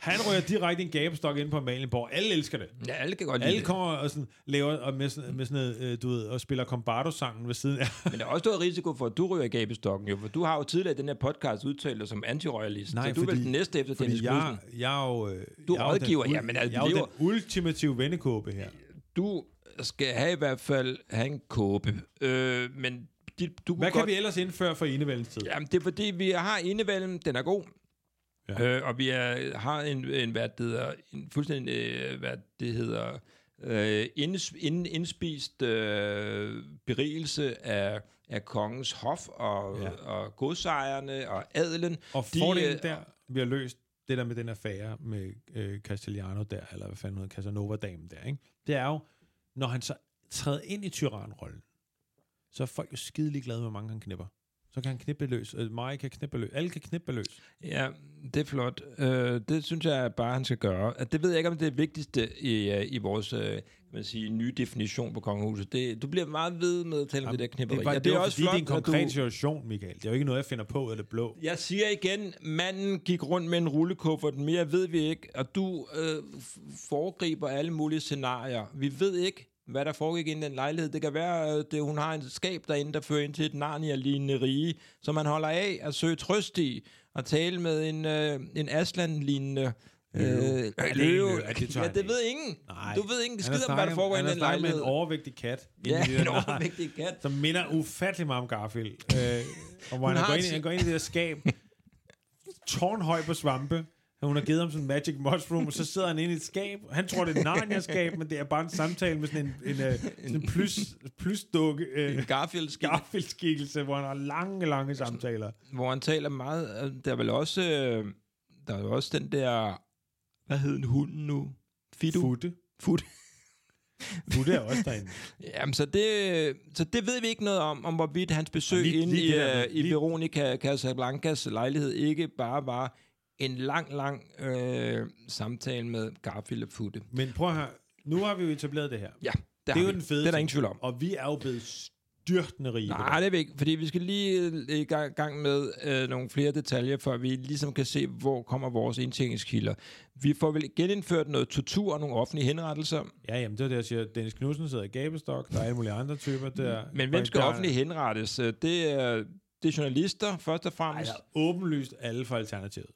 S2: Han rører direkte en gabestok ind på Malienborg. Alle elsker det.
S1: Ja, alle kan godt lide
S2: Alle
S1: det.
S2: kommer og sådan, laver og med, sådan, med sådan noget, øh, du ved, og spiller Combardo-sangen ved siden af.
S1: Men der er også noget risiko for, at du ryger i gabestokken, jo, for du har jo tidligere i den her podcast udtalt dig som antirøjerlist.
S2: Nej,
S1: så du er
S2: fordi-
S1: vel den næste efter Dennis
S2: Fordi jeg,
S1: jeg...
S2: jeg er jo...
S1: Du
S2: øh,
S1: er
S2: jeg jo den
S1: rådgiver,
S2: ul-
S1: ja, men altså,
S2: Jeg er jo
S1: det er
S2: den ultimative vennekåbe her.
S1: Du skal have i hvert fald have en kåbe. Øh, men dit, du
S2: Hvad
S1: kunne
S2: kan
S1: godt...
S2: vi ellers indføre for enevældens tid?
S1: Jamen, det er fordi, vi har indevælden, den er god.
S2: Ja.
S1: Ja. Øh, og vi er, har en, en, hvad det hedder, en fuldstændig, øh, hvad det hedder, øh, inds, ind, indspist øh, berigelse af, af kongens hof og,
S2: Ja.
S1: ja. og godsejerne og adelen.
S2: Og
S1: De,
S2: fordelen
S1: øh,
S2: der, vi har løst det der med den affære med øh, Castellano der, eller hvad fanden hedder Casanova-damen der, ikke? det er jo, når han så træder ind i tyranrollen, så er folk jo skidelig glade med, hvor mange han knipper. Så kan han knippe løs, øh, mig kan knippe løs, alle kan knippe løs.
S1: Ja, det er flot. Øh, det synes jeg bare, han skal gøre. At Det ved jeg ikke, om det er det vigtigste i, øh, i vores øh, kan man sige, nye definition på kongehuset. Det, du bliver meget ved med at tale om det der knipperi.
S2: var,
S1: Ja,
S2: det, var, fordi, det er en
S1: når du-
S2: konkret situation, Michael. Det er jo ikke noget, jeg finder på eller blå.
S1: Jeg siger igen, manden gik rundt med en rullekuffert, mere ved vi ikke, og du øh, f- foregriber alle mulige scenarier. Vi ved ikke, hvad der foregik inde i den lejlighed. Det kan være, at hun har en skab derinde, der fører ind til et Narnia-lignende rige, som man holder af at søge trøst i, og tale med en, øh, en Aslan-lignende øh,
S2: Løve. Er det
S1: løve.
S2: en løve? Ja, det tør
S1: Ja,
S2: han
S1: det
S2: ikke.
S1: ved ingen.
S2: Nej.
S1: Du ved ingen
S2: Han har
S1: skid om, hvad
S2: snakket-
S1: der foregår
S2: han
S1: inde i
S2: har
S1: den
S2: snakket
S1: lejlighed.
S2: med en overvægtig kat.
S1: Ja,
S2: Inde i det
S1: en
S2: der-
S1: overvægtig kat.
S2: Som minder ufattelig meget om Garfield. Øh, og hvor han,
S1: har
S2: går ind,
S1: sin-
S2: han går ind i det der skab, tårnhøj på svampe, og hun har givet ham sådan en magic mushroom, og så sidder han inde i et skab. Han tror, det er et Narnia-skab, men det er bare en samtale med sådan en, en, øh, sådan en plus, plusdukke, øh,
S1: Garfield
S2: Garfield-skikkelse, hvor han har lange, lange samtaler.
S1: hvor han taler meget... øh, Der er vel også... Øh, der er jo også den der... Hvad hed den hunden nu? Fidu?
S2: Futte.
S1: Fut.
S2: Futte er også derinde.
S1: Jamen, så det, så det ved vi ikke noget om, om hvorvidt hans besøg
S2: Og lige-
S1: lige, inde
S2: lige
S1: i,
S2: det der med-
S1: øh, i
S2: lige-
S1: Veronica Casablancas lejlighed ikke bare var en lang, lang øh, samtale med Garfield og Futte.
S2: Men prøv at høre, nu har vi jo etableret det her.
S1: Ja,
S2: Det
S1: har
S2: er jo
S1: vi.
S2: den fede
S1: Det er der
S2: ting.
S1: ingen tvivl om.
S2: Og vi er jo blevet styrtende rige. på
S1: Nej, det er vi ikke, fordi vi skal lige øh, i gang, gang med øh, nogle flere detaljer, før vi ligesom kan se, hvor kommer vores indtjeningskilder. Vi får vel genindført noget tortur og nogle offentlige henrettelser,
S2: det. Ja, jamen det er det, jeg siger. Dennis Knudsen sidder i gabestok, der er alle mulige andre typer der.
S1: men hvem skal
S2: der,
S1: offentligt henrettes? Øh, Det er, det er journalister, først og
S2: Ej,
S1: fremmest.
S2: der er åbenlyst alle for Alternativet.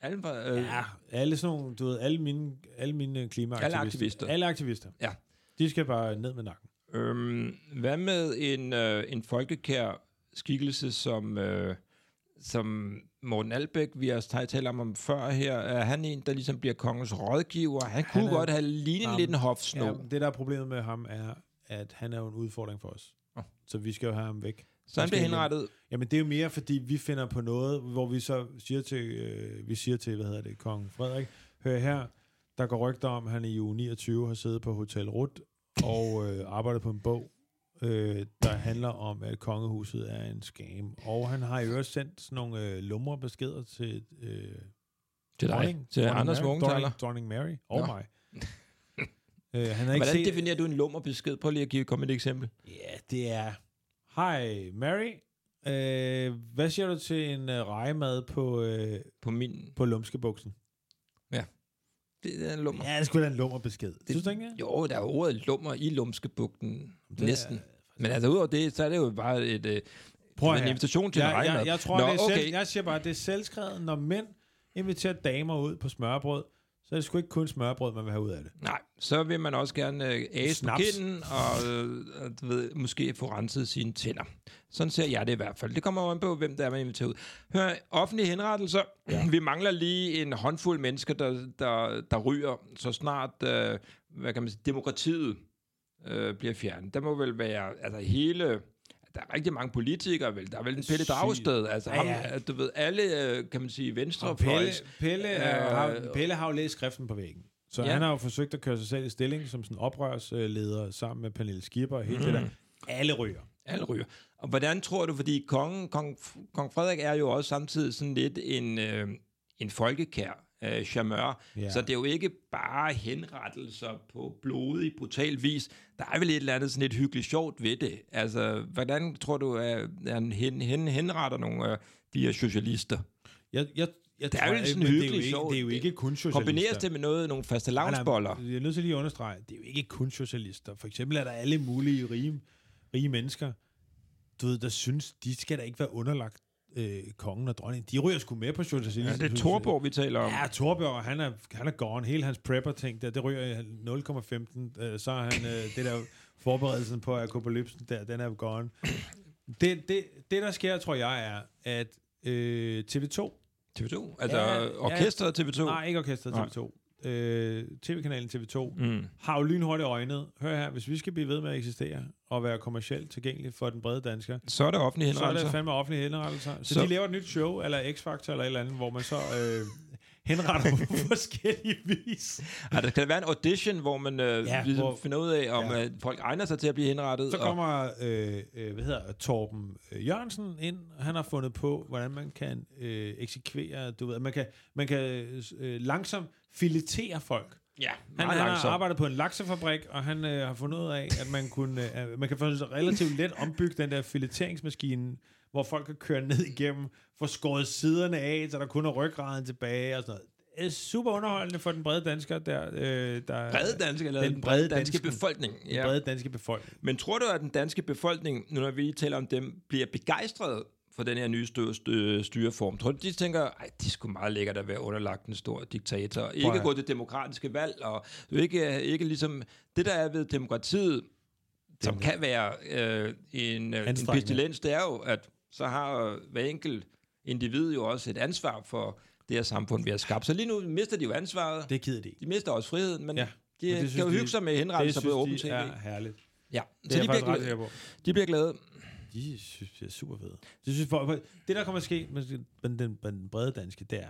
S1: Alle, fra, øh,
S2: Ja, alle sådan nogle, du ved, alle mine, alle mine klimaaktivister.
S1: Alle aktivister.
S2: Alle aktivister.
S1: Ja.
S2: De skal bare ned med nakken.
S1: Øhm, hvad med en, øh, en folkekær skikkelse, som, øh, som Morten Albæk, vi har talt- talt om, om før her, er han en, der ligesom bliver kongens rådgiver? Han, han kunne
S2: er-
S1: godt have lignet
S2: Jamen,
S1: lidt en hofsno.
S2: Ja, det, der er problemet med ham, er, at han er jo en udfordring for os.
S1: Åh.
S2: Så vi skal jo have ham væk.
S1: så han
S2: Måske
S1: blev
S2: en-
S1: henrettet.
S2: Jamen, det er jo mere, fordi vi finder på noget, hvor vi så siger til, øh, vi siger til, hvad hedder det, kong Frederik, hør her, der går rygter om, at han i uge 29 har siddet på Hotel Rut og øh, arbejdet på en bog, øh, der handler om, at kongehuset er en scam. Og han har i øvrigt sendt sådan nogle øh, lumre beskeder til, øh,
S1: Til
S2: dronning,
S1: Til
S2: dronning
S1: Anders
S2: Mary-
S1: Morgenthaler.
S2: dronning, dronning Mary og
S1: Nå.
S2: mig. øh, han har ikke
S1: Hvordan
S2: set...
S1: definerer du en lummerbesked? Prøv lige at give, komme med et eksempel.
S2: Ja, det er... Hej, Mary. Øh, hvad siger du til en øh, rejemad på, øh,
S1: På min...
S2: på lumskebuksen?
S1: Det er en lummer.
S2: Ja, det skulle da en lummer besked. Det, Synes du ikke det?
S1: Jo, der er ordet lummer i lumskebugten.
S2: er-
S1: Næsten. Men altså, udover det, så er det jo bare et, øh,
S2: Prøv
S1: en
S2: her.
S1: invitation til en
S2: Jeg, jeg,
S1: regnmad.
S2: jeg, tror,
S1: Nå,
S2: det er okay.
S1: okay.
S2: selv, jeg siger bare, at det er selvskrevet, når mænd inviterer damer ud på smørbrød, så er det sgu ikke kun smørbrød, man vil have ud af det.
S1: Nej, så vil man også gerne øh, ase på
S2: Snaps.
S1: kinden, og øh, og du ved, måske få renset sine tænder. Sådan ser jeg det i hvert fald. Det kommer jo an på, hvem der er, man inviterer ud. Hør, offentlige henrettelser. Ja. Vi mangler lige en håndfuld mennesker, der, der, der ryger, så snart øh, hvad kan man sige, demokratiet øh, bliver fjernet. Der må vel være altså, hele... Der er rigtig mange politikere, vel? Der er vel en Pelle
S2: Sygt.
S1: Dragsted. Altså, ham,
S2: Ja, ja.
S1: du ved, alle, øh, kan man sige,
S2: Og
S1: venstrefløjs...
S2: Pelle, Pelle, øh, har,
S1: Øh,
S2: Pelle har jo læst skriften på væggen. Så
S1: Ja.
S2: ja. han har jo forsøgt at køre sig selv i stilling som sådan oprørsleder sammen med Pernille Skipper og hele
S1: Mhm.
S2: mm. det der. Alle ryger.
S1: Alle ryger. Og hvordan tror du, fordi kongen, kong, kong Frederik er jo også samtidig sådan lidt en, øh, en folkekær øh, charmeur, ja.
S2: Ja.
S1: så det er jo ikke bare henrettelser på blodig, brutal vis. Der er vel et eller andet sådan lidt hyggeligt sjovt ved det. Altså, hvordan tror du, at han hen, hen, henretter nogle af de her socialister?
S2: Jeg, jeg, jeg
S1: Det er
S2: tror
S1: vel
S2: ikke-
S1: sådan
S2: men det er jo
S1: hyggeligt
S2: ikke,
S1: sjovt.
S2: Det er jo ikke kun socialister.
S1: Kombineres det med noget, nogle faste lavnsboller?
S2: Jeg er nødt til lige at understrege, det er jo ikke kun socialister. For eksempel er der alle mulige rige, rige mennesker, du ved, der synes, de skal da ikke være underlagt øh, kongen og dronningen. De ryger sgu med på socialister.
S1: Ja, det er Torborg, vi taler om.
S2: Ja, Torbjørn, han er, han er gone. Hele hans prepper-ting der, det ryger i 0,15. Øh, så er han, øh, det der forberedelsen på akopalypsen der, den er jo gone. Det, det, det, der sker, tror jeg, er, at øh, TV2,
S1: TV2? Altså,
S2: Ja,
S1: ja,
S2: ja.
S1: orkestret TV2?
S2: nej, ikke orkestret
S1: Nej.
S2: TV2, øh, TV-kanalen TV2,
S1: Mm.
S2: har jo lynhurtigt øjnet, hør her, hvis vi skal blive ved med at eksistere og være kommercielt tilgængeelig for den brede dansker,
S1: Så er der offentlige
S2: så er
S1: henrettelser.
S2: der fandme offentlige henrettelser.
S1: Så-
S2: Så, så de laver et nyt show, eller X-Factor, eller et eller andet, hvor man så øh, henretter på forskellige vis.
S1: Ja, der skal være en audition, hvor man øh, ja,
S2: Ja,
S1: ligesom hvor,
S2: hvor-
S1: finder ud af, om ja.
S2: ja.
S1: øh, folk egner sig til at blive henrettet.
S2: Så
S1: og,
S2: kommer, øh, øh, hvad hedder Torben øh, Jørgensen ind, og han har fundet på, hvordan man kan øh, eksekvere, du ved, man kan, man kan øh, langsomt filetere folk.
S1: ja,
S2: Han, han
S1: meget
S2: har
S1: langsomt.
S2: arbejdet på en laksefabrik, og han øh, har fundet ud af, at man, kunne, øh, man kan faktisk relativt let ombygge den der fileteringsmaskine, hvor folk kan køre ned igennem, få skåret siderne af, så der kun er ryggraden tilbage og sådan noget. Det er super underholdende for den brede dansker, der, øh, der
S1: Brede danske, eller
S2: Den brede
S1: danske
S2: danske.
S1: befolkning.
S2: den
S1: Ja.
S2: brede danske befolkning.
S1: Men tror du, at den danske befolkning, nu når vi taler om dem, bliver begejstret for den her nye stø- stø- styreform? Tror du, de tænker, at det skulle meget lækkert at være underlagt en stor diktator? Ikke
S2: at-
S1: gå til demokratiske valg, og du ikke, ikke ligesom... Det, der er ved demokratiet, som kan være øh, en, øh, en
S2: Anstrengende.
S1: pestilens, det er jo, at så har øh, hver enkelt individ jo også et ansvar for det det her samfund, vi har skabt. Så lige nu mister de jo ansvaret.
S2: Det gider de ikke.
S1: De mister også friheden, men ja,
S2: Ja,
S1: de
S2: men det
S1: det
S2: synes
S1: kan jo
S2: de-
S1: hygge sig med henrettelse på åben tv.
S2: er herligt.
S1: Ja,
S2: Det
S1: så
S2: er
S1: de
S2: jeg faktisk
S1: bliver,
S2: ret
S1: glade,
S2: sikker på.
S1: de bliver glade.
S2: De synes, det er super fedt. De synes, for, for- det, der kommer at ske med den, den, den brede danske, det er,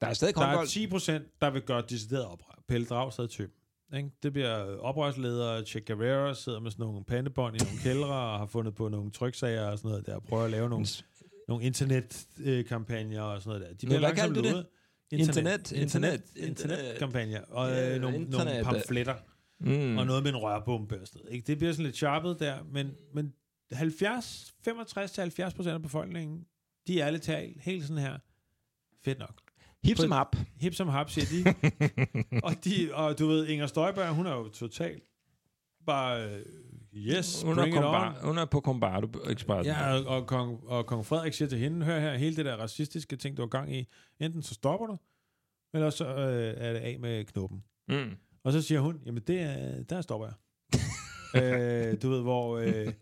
S1: Der er stadig
S2: der er
S1: håndbold.
S2: 10 procent, der vil gøre decideret oprør. Pelle Dragsted typen. Ikke? Det bliver oprørsledere, Che Guevara sidder med sådan nogle pandebånd i nogle kældre, og har fundet på nogle tryksager og sådan noget der, og prøver at lave nogle, nogle internetkampagner og sådan noget der. De bliver
S1: hvad kaldte
S2: langsomt
S1: du det?
S2: ude.
S1: Internet, internet,
S2: internet, internetkampagner og
S1: Ja,
S2: øh, nogle, nogle
S1: internet.
S2: pamfletter
S1: Mm.
S2: og noget med en rørbombe og sådan noget, ikke? Det bliver sådan lidt sharpet der, men, men 70, 65-70 procent af befolkningen, de er ærligt talt helt sådan her, fedt nok.
S1: Hip som hap.
S2: Hip som hap, siger de. og, de og du ved, Inger Støjberg, hun er jo totalt bare, øh, yes,
S1: Hun er,
S2: bring it on.
S1: kombar, hun er på Combardo Express.
S2: Ja, og, og, kong, og kong Frederik siger til hende, hør her, hele det der racistiske ting, du har gang i, enten så stopper du, eller så øh, er det af med knoppen.
S1: Mm.
S2: Og så siger hun, jamen det er, der stopper jeg. øh, du ved, hvor... Øh,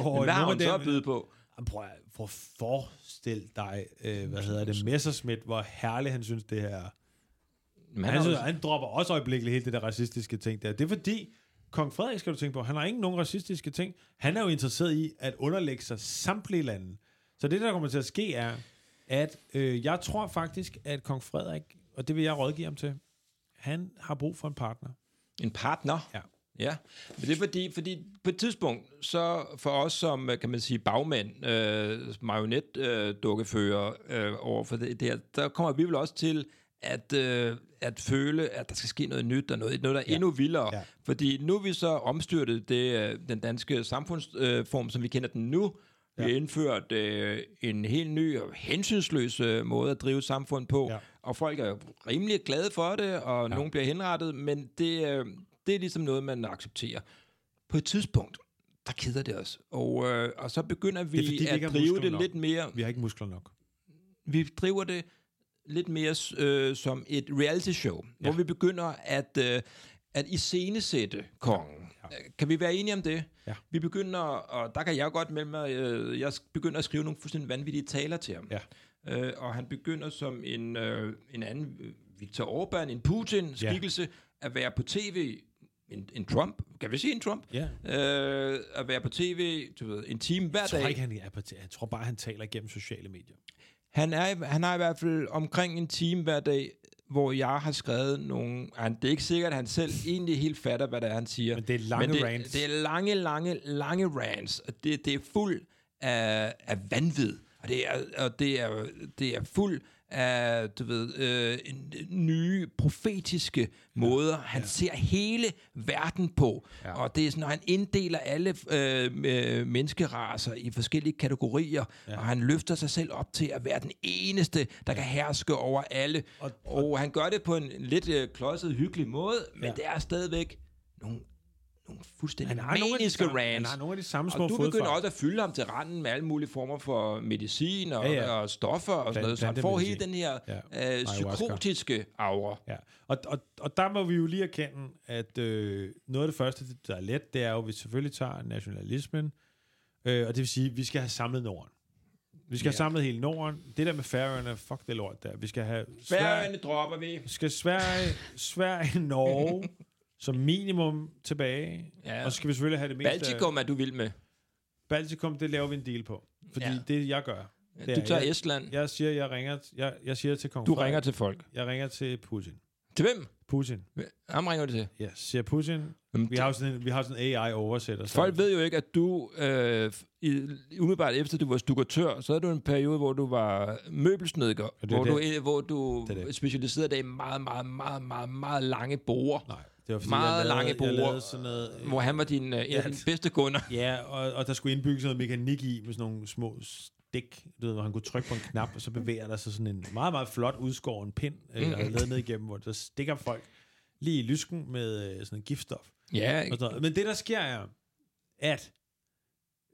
S2: hvor
S1: Hvad har
S2: nogle
S1: hun så
S2: af
S1: at byde på?
S2: Jamen, Prøv, at- prøv at forestil dig, øh, hvad hedder det, Messerschmidt, hvor herlig han synes, det her er.
S1: Men
S2: Han,
S1: han,
S2: synes,
S1: han,
S2: han dropper også øjeblikkeligt hele det der racistiske ting der. Det er fordi, kong Frederik skal du tænke på, han har ikke nogen racistiske ting. Han er jo interesseret i at underlægge sig samtlige lande. Så det, der kommer til at ske, er, at øh, jeg tror faktisk, at kong Frederik, og det vil jeg rådgive ham til, han har brug for en partner.
S1: en partner.
S2: Ja.
S1: Ja, men det er fordi, fordi på et tidspunkt, så for os som, øh, kan man sige, bagmænd, øh, marionetdukkefører øh, dukkefører, øh, over for det, det her, der kommer vi vel også til at, øh, at føle, at der skal ske noget nyt og noget, noget der er ja. endnu vildere. Ja.
S2: Ja.
S1: Fordi nu er vi så omstyrtet det, øh, den danske samfundsform, øh, form, som vi kender den nu. Vi har indført øh, en helt ny og hensynsløs øh, måde at drive et samfund på, ja.
S2: Ja.
S1: og folk er rimelig glade for det, og ja. nogen bliver henrettet, men det, øh, det er ligesom noget, man accepterer. På et tidspunkt, der keder det os, og, øh, og så begynder vi,
S2: fordi, vi
S1: at
S2: ikke har
S1: drive
S2: muskler
S1: det
S2: nok.
S1: lidt mere
S2: Vi har ikke muskler nok.
S1: vi driver det lidt mere øh, som et reality show, ja. hvor vi begynder at, øh, at iscenesætte kongen. Ja. Kan vi være enige om det?
S2: Ja.
S1: Vi begynder, og der kan jeg godt melde mig, øh, jeg sk- begynder at skrive nogle fuldstændig vanvittige taler til ham.
S2: Ja.
S1: Øh, og han begynder som en, øh, en anden øh, Viktor Orbán, en Putin-skikkelse, ja. at være på tv, en, en Trump, kan vi sige en Trump?
S2: Ja.
S1: Øh, at være på tv, du ved, en time hver
S2: Jeg tror
S1: dag.
S2: ikke, han er på Jeg tror bare, han taler gennem sociale medier.
S1: Han, er, han har i hvert fald omkring en time hver dag, hvor jeg har skrevet nogle... Han, det er ikke sikkert, at han selv egentlig helt fatter, hvad det er, han siger.
S2: Men det er lange
S1: det,
S2: rants.
S1: Det er lange, lange, lange rants. Og det, det er fuld af, af vanvid. Og det er, og det er, det er fuld af, du ved, øh, en- nye profetiske måder. Han ja. ser hele verden på. Ja. Og det er sådan, når han inddeler alle øh, øh, menneskeraser i forskellige kategorier, ja. og han løfter sig selv op til at være den eneste, der ja. kan herske over alle. Og,
S2: Og-
S1: og, og han gør det på en lidt øh, klodset, hyggelig måde, men ja.
S2: Ja.
S1: det er stadigvæk nogle, nogle fuldstændig
S2: Han har, nogle af de
S1: maniske
S2: samme,
S1: rants.
S2: han har nogle af de samme små
S1: Og du begynder
S2: fodfejl.
S1: også at fylde ham til randen med alle mulige former for medicin og, ja,
S2: Ja,
S1: ja.
S2: ja.
S1: og stoffer og sådan
S2: Blan-
S1: noget, så han får hele
S2: plantemedicin.
S1: den her
S2: Ja.
S1: ja. øh,
S2: Ayahuasca.
S1: psykotiske aura.
S2: Ja, og, og, og der må vi jo lige erkende, at øh, noget af det første, der er let, det er jo, at vi selvfølgelig tager nationalismen, øh, og det vil sige, at vi skal have samlet Norden. Vi skal
S1: Ja.
S2: have samlet hele Norden. Det der med Færøerne, fuck det lort der. Vi skal have Sverige,
S1: Færøerne dropper vi.
S2: skal Sverige, Sverige Norge som minimum tilbage,
S1: Ja.
S2: ja. og så skal vi selvfølgelig have det meste... af-
S1: Baltikum er du vild med.
S2: Baltikum, det laver vi en deal på, fordi
S1: Ja.
S2: ja. det jeg gør. Det
S1: Du
S2: er,
S1: tager
S2: jeg,
S1: Estland.
S2: jeg siger, jeg ringer, jeg, jeg siger til kong
S1: Du
S2: Frederik,
S1: ringer til folk.
S2: Jeg ringer til Putin.
S1: Til hvem?
S2: Putin.
S1: Ham ringer du til.
S2: Ja, siger Putin.
S1: Jamen,
S2: Vi har jo sådan en, vi har sådan en AI-oversætter. så-
S1: Folk ved jo ikke, at du, øh, i, umiddelbart efter du var stukatør, så havde du en periode, hvor du var møbelsnedker,
S2: det er
S1: hvor, du,
S2: det.
S1: øh, hvor du
S2: Det er det.
S1: specialiserede dig i meget, meget, meget, meget, meget lange borer,
S2: Nej, det var fordi,
S1: Meget
S2: jeg lavede,
S1: lange
S2: jeg
S1: borde.
S2: lavede sådan noget...
S1: hvor han var din, øh, en af dine bedste kunder.
S2: Ja, og, og der skulle indbygges noget mekanik i med sådan nogle små stik, du ved, hvor han kunne trykke på en knap, og så bevæger der sig sådan en meget, meget flot udskåren pind, øh, jeg havde lavet ned igennem, hvor der stikker folk lige i lysken med øh, sådan en giftstof.
S1: Ja,
S2: Og sådan noget. Men det, der sker, er, at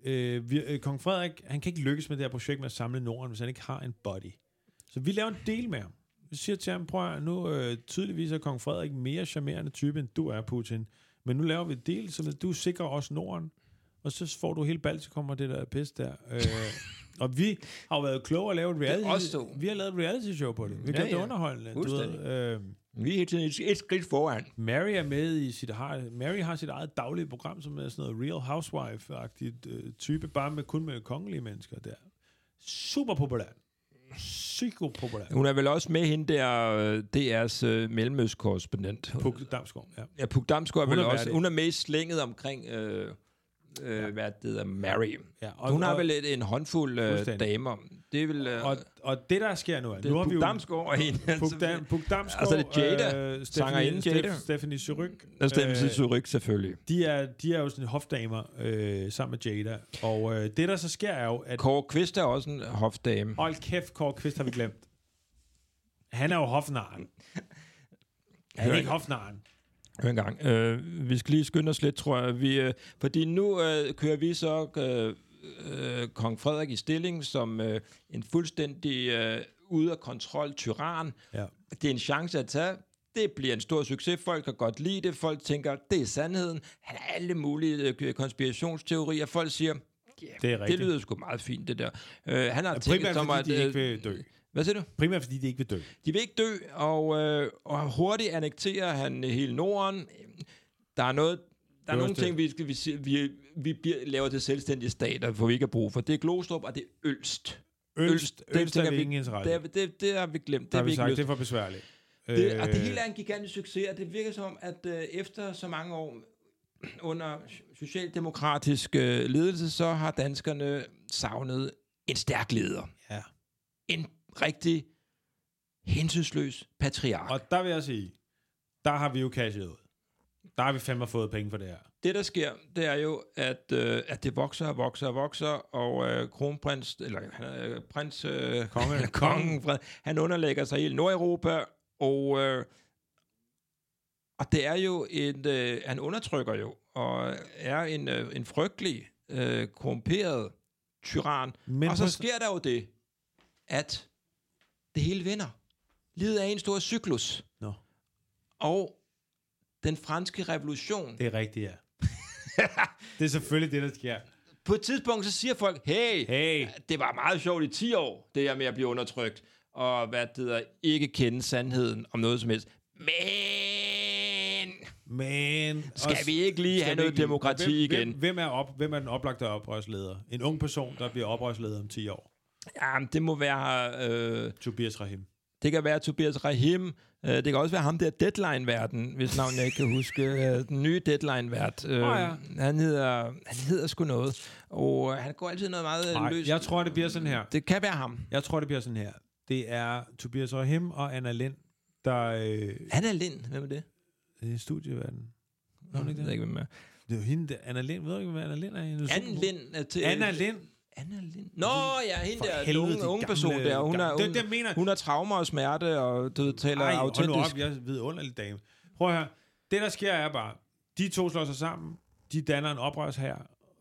S2: øh, vi, øh, kong Frederik, han kan ikke lykkes med det her projekt med at samle Norden, hvis han ikke har en body. Så vi laver en del med ham. Vi siger til ham, prøv at høre, nu øh, tydeligvis er kong Frederik mere charmerende type, end du er, Putin. Men nu laver vi et del, så du sikrer os Norden, Og så får du hele Baltikum og det der pis der. Øh, og vi har jo været kloge at lave et
S1: os
S2: reality.
S1: to. Mm.
S2: Vi har lavet et reality show på det. Vi har
S1: Ja,
S2: gjort det
S1: ja.
S2: underholdende. Du ved,
S1: Fuldstændig.
S2: øh,
S1: Vi er hele tiden et, et skridt foran.
S2: Mary er med i sit har, Mary har sit eget daglige program, som er sådan noget Real Housewife-agtigt øh, type, bare med kun med kongelige mennesker der. Super populær. Psykopopulær.
S1: Hun er vel også med hende der, øh, DR's øh, mellemøstkorrespondent.
S2: Puk Damsgaard, ja.
S1: Ja, Puk Damsgaard er
S2: Hun
S1: vel
S2: er
S1: også...
S2: værdig.
S1: Hun er med i slænget omkring, øh, øh, ja. hvad det hedder, Mary.
S2: ja.
S1: Og, hun har vel et, en håndfuld øh,
S2: Fuldstændig.
S1: damer. Det er vel... Øh,
S2: Og,
S1: og,
S2: og det, der sker nu, er,
S1: det er
S2: nu har vi
S1: Puk
S2: jo...
S1: Damsgaard og hende.
S2: Puk, Dam, Puk Damsgaard,
S1: Og så er det Jada,
S2: øh,
S1: sangerinde
S2: Stephanie-
S1: Jada.
S2: Steph- Stephanie Suryk.
S1: Der stemmer
S2: øh,
S1: til Zurich, selvfølgelig.
S2: de, er, de er jo sådan hofdamer øh, sammen med Jada. Og øh, det, der så sker, er jo, at...
S1: Kåre Kvist er også en hofdame.
S2: Hold kæft, Kåre Kvist har vi glemt. Han er jo hofnaren. Han er
S1: Hør
S2: ikke hofnaren.
S1: Hør en gang. Øh, vi skal lige skynde os lidt, tror jeg. Vi, øh, fordi nu øh, kører vi så øh, øh, kong Frederik i stilling som øh, en fuldstændig øh, ude af kontrol tyran.
S2: Ja.
S1: Det er en chance at tage. Det bliver en stor succes. Folk kan godt lide det. Folk tænker, det er sandheden. Han har alle mulige øh, konspirationsteorier. Folk siger, ja,
S2: Det er
S1: det
S2: rigtigt.
S1: lyder sgu meget fint, det der. Øh, han har tænkt
S2: Primært
S1: som at...
S2: fordi, de ikke
S1: Øh,
S2: vil dø.
S1: hvad siger du?
S2: Primært fordi, de ikke vil dø.
S1: De vil ikke dø, og, øh, og hurtigt annekterer han øh, hele Norden. Der er noget... Der er
S2: Det var
S1: nogle
S2: også
S1: ting, vi, skal, vi, siger- vi, vi bliver, laver til selvstændige stater, hvor vi ikke har brug for. Det er Glostrup, og det er Ølst.
S2: Ølst,
S1: det
S2: Ølst
S1: tænker
S2: er vi
S1: vi-
S2: ingen interesse.
S1: Det, er, det, det har vi glemt.
S2: Der
S1: Det
S2: har
S1: har vi
S2: vi
S1: ikke
S2: sagt,
S1: lyst
S2: det er for besværligt. Øh,
S1: det, og det hele er en gigantisk succes, og det virker som, at øh, efter så mange år under socialdemokratisk øh, ledelse, så har danskerne savnet en stærk leder.
S2: Ja.
S1: En rigtig hensynsløs patriark. Og
S2: Og der vil jeg sige, der har vi jo cashet ud. Der har vi fandme fået penge for det her.
S1: det, der sker, det er jo, at, øh, at det vokser og vokser og vokser, og øh, kronprins, eller han er, øh, prins, øh,
S2: Konge.
S1: kongen, Fred- han underlægger sig hele Nordeuropa, og, øh, og det er jo en, øh, han undertrykker jo, og er en, øh, en frygtelig, øh, korrumperet tyran.
S2: Men
S1: Men og så
S2: på-
S1: sker der jo det, at det hele vinder. Livet er en stor cyklus,
S2: Nå,
S1: og den franske revolution,
S2: det er rigtigt, ja. det er selvfølgelig det, der sker.
S1: på et tidspunkt, så siger folk, hey,
S2: Hey.
S1: det var meget sjovt i 10 år, det her med at blive undertrykt, og hvad det hedder, ikke kende sandheden om noget som helst. Men
S2: Men...
S1: skal vi ikke lige
S2: skal
S1: have
S2: vi
S1: noget
S2: ikke lige-
S1: demokrati
S2: hvem,
S1: igen?
S2: Hvem, hvem, er op, hvem er den oplagte oprørsleder? En ung person, der bliver oprørsleder om 10 år.
S1: Jamen, det må være, øh,
S2: Tobias Rahim.
S1: det kan være Tobias Rahim, øh, det kan også være ham der Deadline-verden, hvis navnet jeg ikke kan huske, øh, den nye Deadline-vært. Øh,
S2: Nå ja.
S1: han, hedder, han hedder sgu noget, og øh, han går altid noget meget
S2: Nej,
S1: løst.
S2: jeg tror, det bliver sådan her.
S1: Det kan være ham.
S2: Jeg tror, det bliver sådan her. Det er Tobias Rahim og Anna Lind, der øh,
S1: Anna Lind, hvem er det?
S2: er i studieverdenen. Er hun
S1: Jeg
S2: ikke
S1: ved
S2: det?
S1: ikke, hvem er.
S2: Det er jo hende der. Anna Lind, ved du ikke, hvad Anna Lind er? Hende er
S1: Anna
S2: super-
S1: Lind. øh, er Til,
S2: Anna Lind.
S1: Anna Lind. Nå, ja, hende
S2: For
S1: der, den
S2: helvede,
S1: unge,
S2: de
S1: unge person
S2: gamle-
S1: der. Hun, er,
S2: gamle-
S1: hun,
S2: Det- det mener-
S1: hun har traumer og smerte, og du taler
S2: Ej, hold nu
S1: autentisk.
S2: op, jeg ved underlig dame. Prøv at høre. Det, der sker, er bare, de to slår sig sammen. De danner en oprørs her,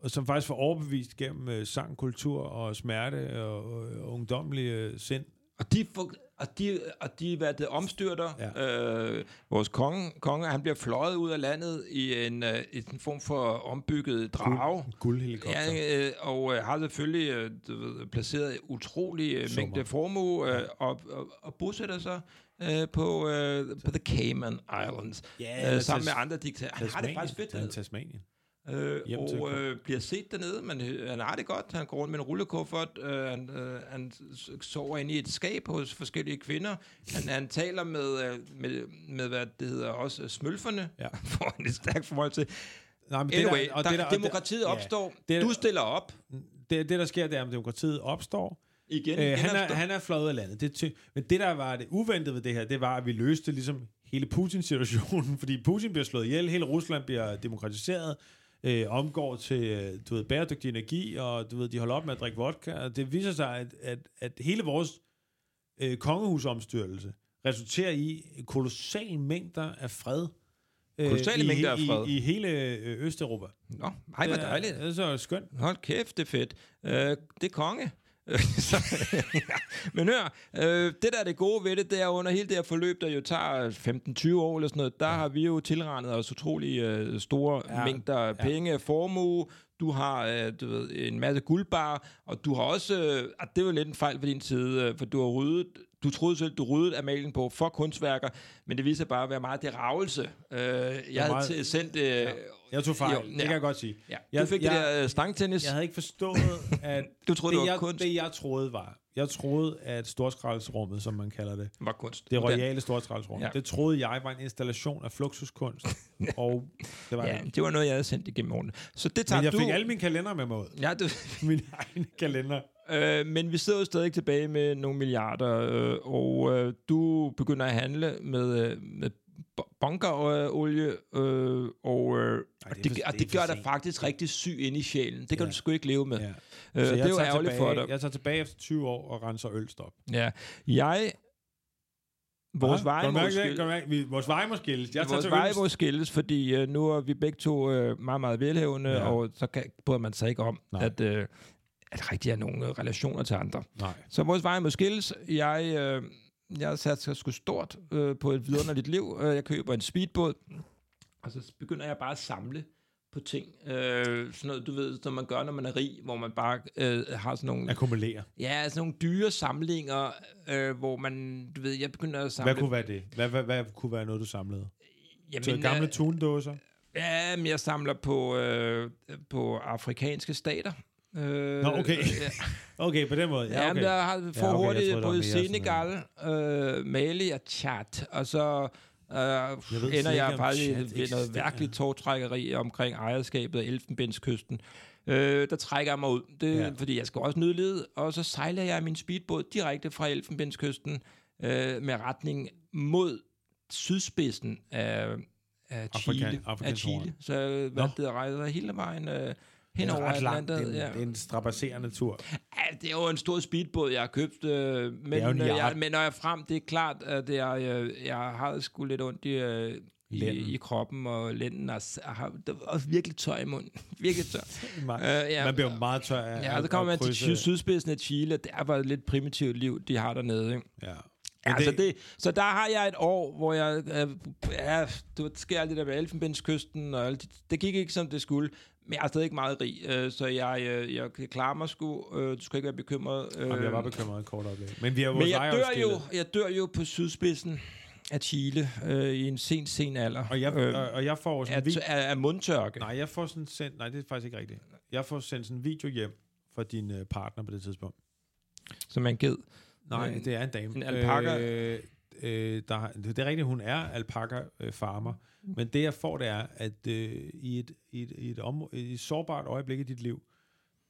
S2: som faktisk får overbevist gennem øh, sang, kultur og smerte og øh, ungdomlig øh, sind.
S1: Og de, for, og de, og de hvad det, omstyrter ja. øh, vores konge. konge. Han bliver fløjet ud af landet i en, øh, i en form for ombygget drage.
S2: Guldhelikopter. Ja, ja.
S1: Ja, øh, og øh, har selvfølgelig øh, du ved, placeret utrolig øh,
S2: Summer.
S1: mængde formue øh, og, og, og bosætter sig øh, på, øh, på The Cayman Islands
S2: Ja,
S1: øh,
S2: eller
S1: sammen
S2: Tas-
S1: med andre diktatorer. Han har det faktisk fedt.
S2: Han er
S1: dernede.
S2: Tasmanien.
S1: Øh,
S2: Hjem til
S1: og
S2: Kro-
S1: øh, bliver set dernede, men øh, han har det godt. Han går rundt med en rullekuffert, øh, han, øh, han s- sover inde i et skab hos forskellige kvinder. Han, han taler med, øh, med, med, hvad det hedder, også øh, smølferne, ja.
S2: Ja.
S1: får han et stærkt forhold til.
S2: Nej, men
S1: Anyway, der,
S2: og
S1: der,
S2: og
S1: demokratiet
S2: ja.
S1: opstår,
S2: Det er-
S1: du stiller op
S2: Det, det, der sker, det er, at demokratiet opstår,
S1: igen.
S2: Øh, han, er,
S1: genopstår.
S2: han er fløjet af landet. Det er ty- Men det, der var det uventede ved det her, det var, at vi løste ligesom hele Putin-situationen, fordi Putin bliver slået ihjel, hele Rusland bliver demokratiseret, øh, omgår til øh, du ved, bæredygtig energi, og du ved, de holder op med at drikke vodka, og det viser sig, at, at, at hele vores øh, kongehusomstyrelse resulterer i kolossale mængder af fred. øh,
S1: Kolossale
S2: i,
S1: mængder af
S2: i-
S1: fred.
S2: I, i hele øh, Østeuropa.
S1: Nå, hej, hvor dejligt.
S2: Det er så skønt.
S1: Hold kæft, det er fedt. Øh, det er konge. Så- Men hør, øh, det der er det gode ved det, det er under hele det her forløb, der jo tager 15-20 år eller sådan noget, der har vi jo tilregnet os utrolig øh, store ja, mængder ja. penge, formue. du har øh, du ved, en masse guldbarer, og du har også, øh, ah, det var lidt en fejl på din side, øh, for du har ryddet, du troede selv, du ryddede Amalien på for kunstværker, men det viser sig bare at være meget det ravelse. Øh, jeg havde
S2: meget-
S1: til, sendt... Øh, ja.
S2: Jeg tog fejl,
S1: Jo,
S2: jo,
S1: ja.
S2: det kan jeg godt sige.
S1: Ja. Du
S2: Jeg-
S1: fik
S2: jeg-
S1: det der øh, stangtennis.
S2: Jeg havde ikke forstået, at
S1: Du troede,
S2: det,
S1: det var
S2: jeg,
S1: kunst.
S2: det jeg troede var, jeg troede, at storskraldsrummet, som man kalder det,
S1: var kunst.
S2: det royale storskraldsrum,
S1: Ja.
S2: ja. det troede jeg var en installation af fluxuskunst, og det var ja.
S1: Ja,
S2: ikke.
S1: det var noget, jeg havde sendt igennem årene. Så det tager
S2: Men jeg
S1: du...
S2: fik alle mine kalender med mig ud.
S1: Ja, du...
S2: Min egen kalender.
S1: Øh, men vi sidder jo stadig tilbage med nogle milliarder, øh, og øh, du begynder at handle med, øh, med bo- bunkerolie, øh, og, øh, og
S2: for-
S1: det,
S2: det er
S1: og det
S2: for
S1: gør dig
S2: sent.
S1: faktisk rigtig syg inde i sjælen. Det kan
S2: Ja.
S1: du sgu ikke leve med.
S2: Ja.
S1: Øh, det er jo
S2: tager
S1: ærgerligt for
S2: tilbage,
S1: dig.
S2: Jeg tager tilbage efter 20 år og renser ølstop.
S1: Ja. Jeg... Vores veje
S2: må
S1: må
S2: skilles.
S1: skilles.
S2: Vores veje må skilles. Jeg tager
S1: Vores
S2: til
S1: veje
S2: ølstop.
S1: må skilles, fordi øh, nu er vi begge to øh, meget, meget velhævende, ja.
S2: Ja.
S1: og så kan, bryder man sig ikke om,
S2: Nej.
S1: at, øh, at rigtig er nogle øh, relationer til andre.
S2: Nej.
S1: Så vores veje må skilles. Jeg, øh, jeg satser sgu stort øh, på et vidunderligt liv. Øh, Jeg køber en speedbåd, og så begynder jeg bare at samle på ting. Øh, sådan noget, du ved, som man gør, når man er rig, hvor man bare øh, har sådan nogle,
S2: Akkumulere.
S1: ja, sådan nogle dyre samlinger, øh, hvor man, du ved, jeg begynder at samle...
S2: Hvad kunne være det? Hvad, hvad, hvad kunne være noget, du samlede?
S1: øh- Jamen,
S2: Så gamle
S1: øh,
S2: tundåser?
S1: Ja, men jeg samler på, øh, på afrikanske stater. Øh,
S2: Nå, okay.
S1: Ja.
S2: Okay, på den måde. Ja,
S1: Ja,
S2: okay.
S1: men der har for
S2: Ja, okay, jeg
S1: hurtigt
S2: troede, der var
S1: både
S2: mere sådan
S1: Senegal, øh, Mali og Tchad, og så øh, jeg
S2: slet
S1: ender
S2: ikke,
S1: jeg
S2: om
S1: faktisk
S2: Tchad
S1: ved noget
S2: eksisterer.
S1: virkelig tårtrækkeri omkring ejerskabet af Elfenbenskysten. Øh, der trækker jeg mig ud, det, ja.
S2: Ja.
S1: fordi jeg skal også nødlede, og så sejler jeg i min speedbåd direkte fra Elfenbenskysten øh, med retning mod sydspidsen af, af
S2: Afrika-
S1: Chile. af
S2: Afrikansk
S1: Chile.
S2: Horn.
S1: Så øh, hvad
S2: Nå.
S1: det hedder, rejser jeg hele vejen øh, hen
S2: Den er altså
S1: over
S2: ret langt. Det er
S1: Atlantet.
S2: en, det er en strapasserende tur.
S1: Ja, det er jo en stor speedbåd, jeg har købt, øh, men,
S2: er jo en
S1: øh, jeg,
S2: yacht.
S1: men når jeg er frem, det er klart, at jeg, øh, jeg har sgu lidt ondt i, øh, i,
S2: Lænden.
S1: i kroppen og lænden, og, s- og har der var også virkelig tør i munden. virkelig tør.
S2: Man,
S1: Øh, ja.
S2: man bliver jo meget tør af
S1: Ja, og så
S2: at-
S1: kommer
S2: at
S1: man til
S2: krydse-
S1: syd- sydspidsen af Chile, og der var et lidt primitivt liv, de har dernede, ikke?
S2: Ja.
S1: Ja, altså
S2: Men
S1: det... Så, det, så der har jeg et år, hvor jeg... Øh, ja, du ved, der sker alt det der med Elfenbenskysten, og alt det, det gik ikke, som det skulle. Men jeg er stadig ikke meget rig, øh, så jeg, øh, jeg klarer mig sgu. Øh, du skal ikke være bekymret. Øh,
S2: Jamen, jeg var bekymret en kort øjeblik. Men vi har
S1: Men
S2: vores
S1: jeg
S2: veje
S1: dør,
S2: afskillet.
S1: jo, jeg dør jo på sydspidsen af Chile øh, i en sen, sen alder.
S2: Og jeg,
S1: øh,
S2: og, og jeg får sådan
S1: af,
S2: en video...
S1: af, af mundtørke.
S2: Nej, jeg får sådan sendt... Nej, det er faktisk ikke rigtigt. Jeg får sendt sådan en video hjem fra din øh, partner på det tidspunkt.
S1: Som man ged.
S2: Nej,
S1: En-
S2: en, det er en dame.
S1: Øhm, en alpaka?
S2: Øh, øh, der, har- det er rigtigt, hun er alpaka-farmer. Men det, jeg får, det er, at øh, i, et, i, et, i, et om, i et sårbart øjeblik i dit liv,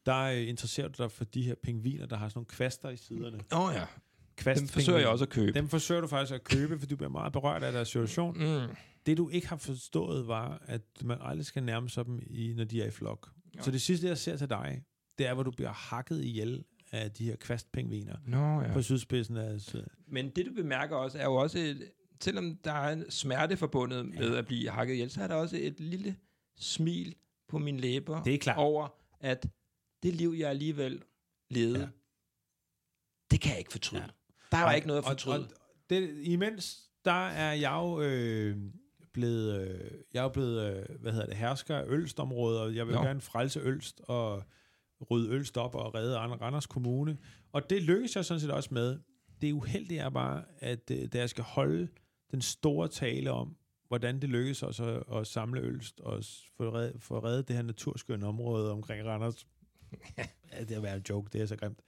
S2: der øh, interesserer du dig for de her pingviner, der har sådan nogle kvaster i siderne.
S1: Åh oh, ja, dem
S2: Kvastpingviner.
S1: forsøger jeg også at købe.
S2: Dem forsøger du faktisk at købe, for du bliver meget berørt af deres situation.
S1: Mm.
S2: Det, du ikke har forstået, var, at man aldrig skal nærme sig dem, i, når de er i flok.
S1: Ja.
S2: Så det sidste, jeg ser til dig, det er, hvor du bliver hakket ihjel af de her kvastpingviner
S1: Nå ja.
S2: på sydspidsen af... syd-
S1: Men det, du bemærker også, er jo også, et, selvom der er en smerte forbundet med at blive hakket ihjel, så er der også et lille smil på mine læber
S2: Det er klart.
S1: over, at det liv, jeg alligevel levede, ja.
S2: Ja.
S1: det kan jeg ikke fortryde. Ja. Der var
S2: Nej,
S1: ikke noget at
S2: og-
S1: fortryde.
S2: og- Det, imens, der er jeg jo øh, blevet, øh, jeg er jo blevet øh, hvad hedder det, hersker af Ølstområdet, og jeg vil
S1: Nå.
S2: jo gerne frelse Ølst og rydde Ølst op og redde Rand- Randers Kommune. Og det lykkes jeg sådan set også med. Det uheldige er bare, at øh, da jeg skal holde den store tale om, hvordan det lykkedes os at, at samle Ølst og s- få reddet, få reddet det her naturskønne område omkring Randers. ja, det har været en joke, det er så grimt.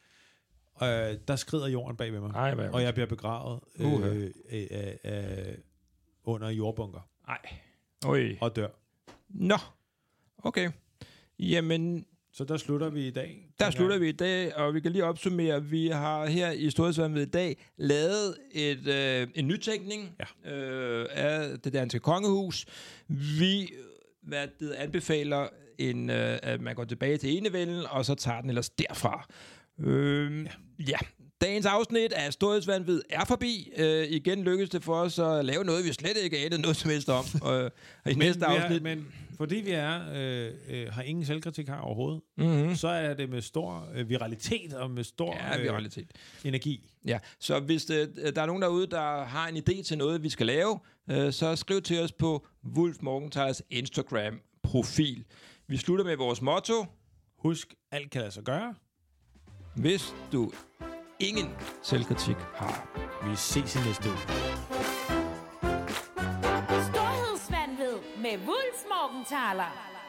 S2: Øh, der skrider jorden bag ved mig.
S1: Nej, hvad
S2: Og jeg bliver begravet øh,
S1: Uha.
S2: øh, øh, øh, under jordbunker
S1: Nej. Oj.
S2: og dør.
S1: Nå. Okay. Jamen,
S2: Så der slutter vi i dag.
S1: der slutter vi i dag, og vi kan lige opsummere. Vi har her i Storhedsvandet i dag lavet et, øh, en nytænkning ja. øh, af det danske kongehus. Vi hvad det anbefaler, en, øh, at man går tilbage til enevælden, og så tager den ellers derfra. Øh, ja. ja. Dagens afsnit af Storhedsvandvid er forbi. Øh, igen lykkedes det for os at lave noget, vi slet ikke anede noget som helst om. og, og i næste afsnit...
S2: Men, men fordi vi er, øh, øh, har ingen selvkritik her overhovedet,
S1: mm-hmm.
S2: så er det med stor øh, viralitet og med stor
S1: Ja, vi har realitet.
S2: øh, energi.
S1: Ja, så hvis øh, der er nogen derude, der har en idé til noget, vi skal lave, øh, så skriv til os på Wolf Morgenthalers Instagram-profil. Vi slutter med vores motto.
S2: Husk, alt kan lade sig gøre.
S1: Hvis du ingen selvkritik har.
S2: Vi ses i næste uge.
S3: Storhedsvandvid med Wulfs Morgenthaler.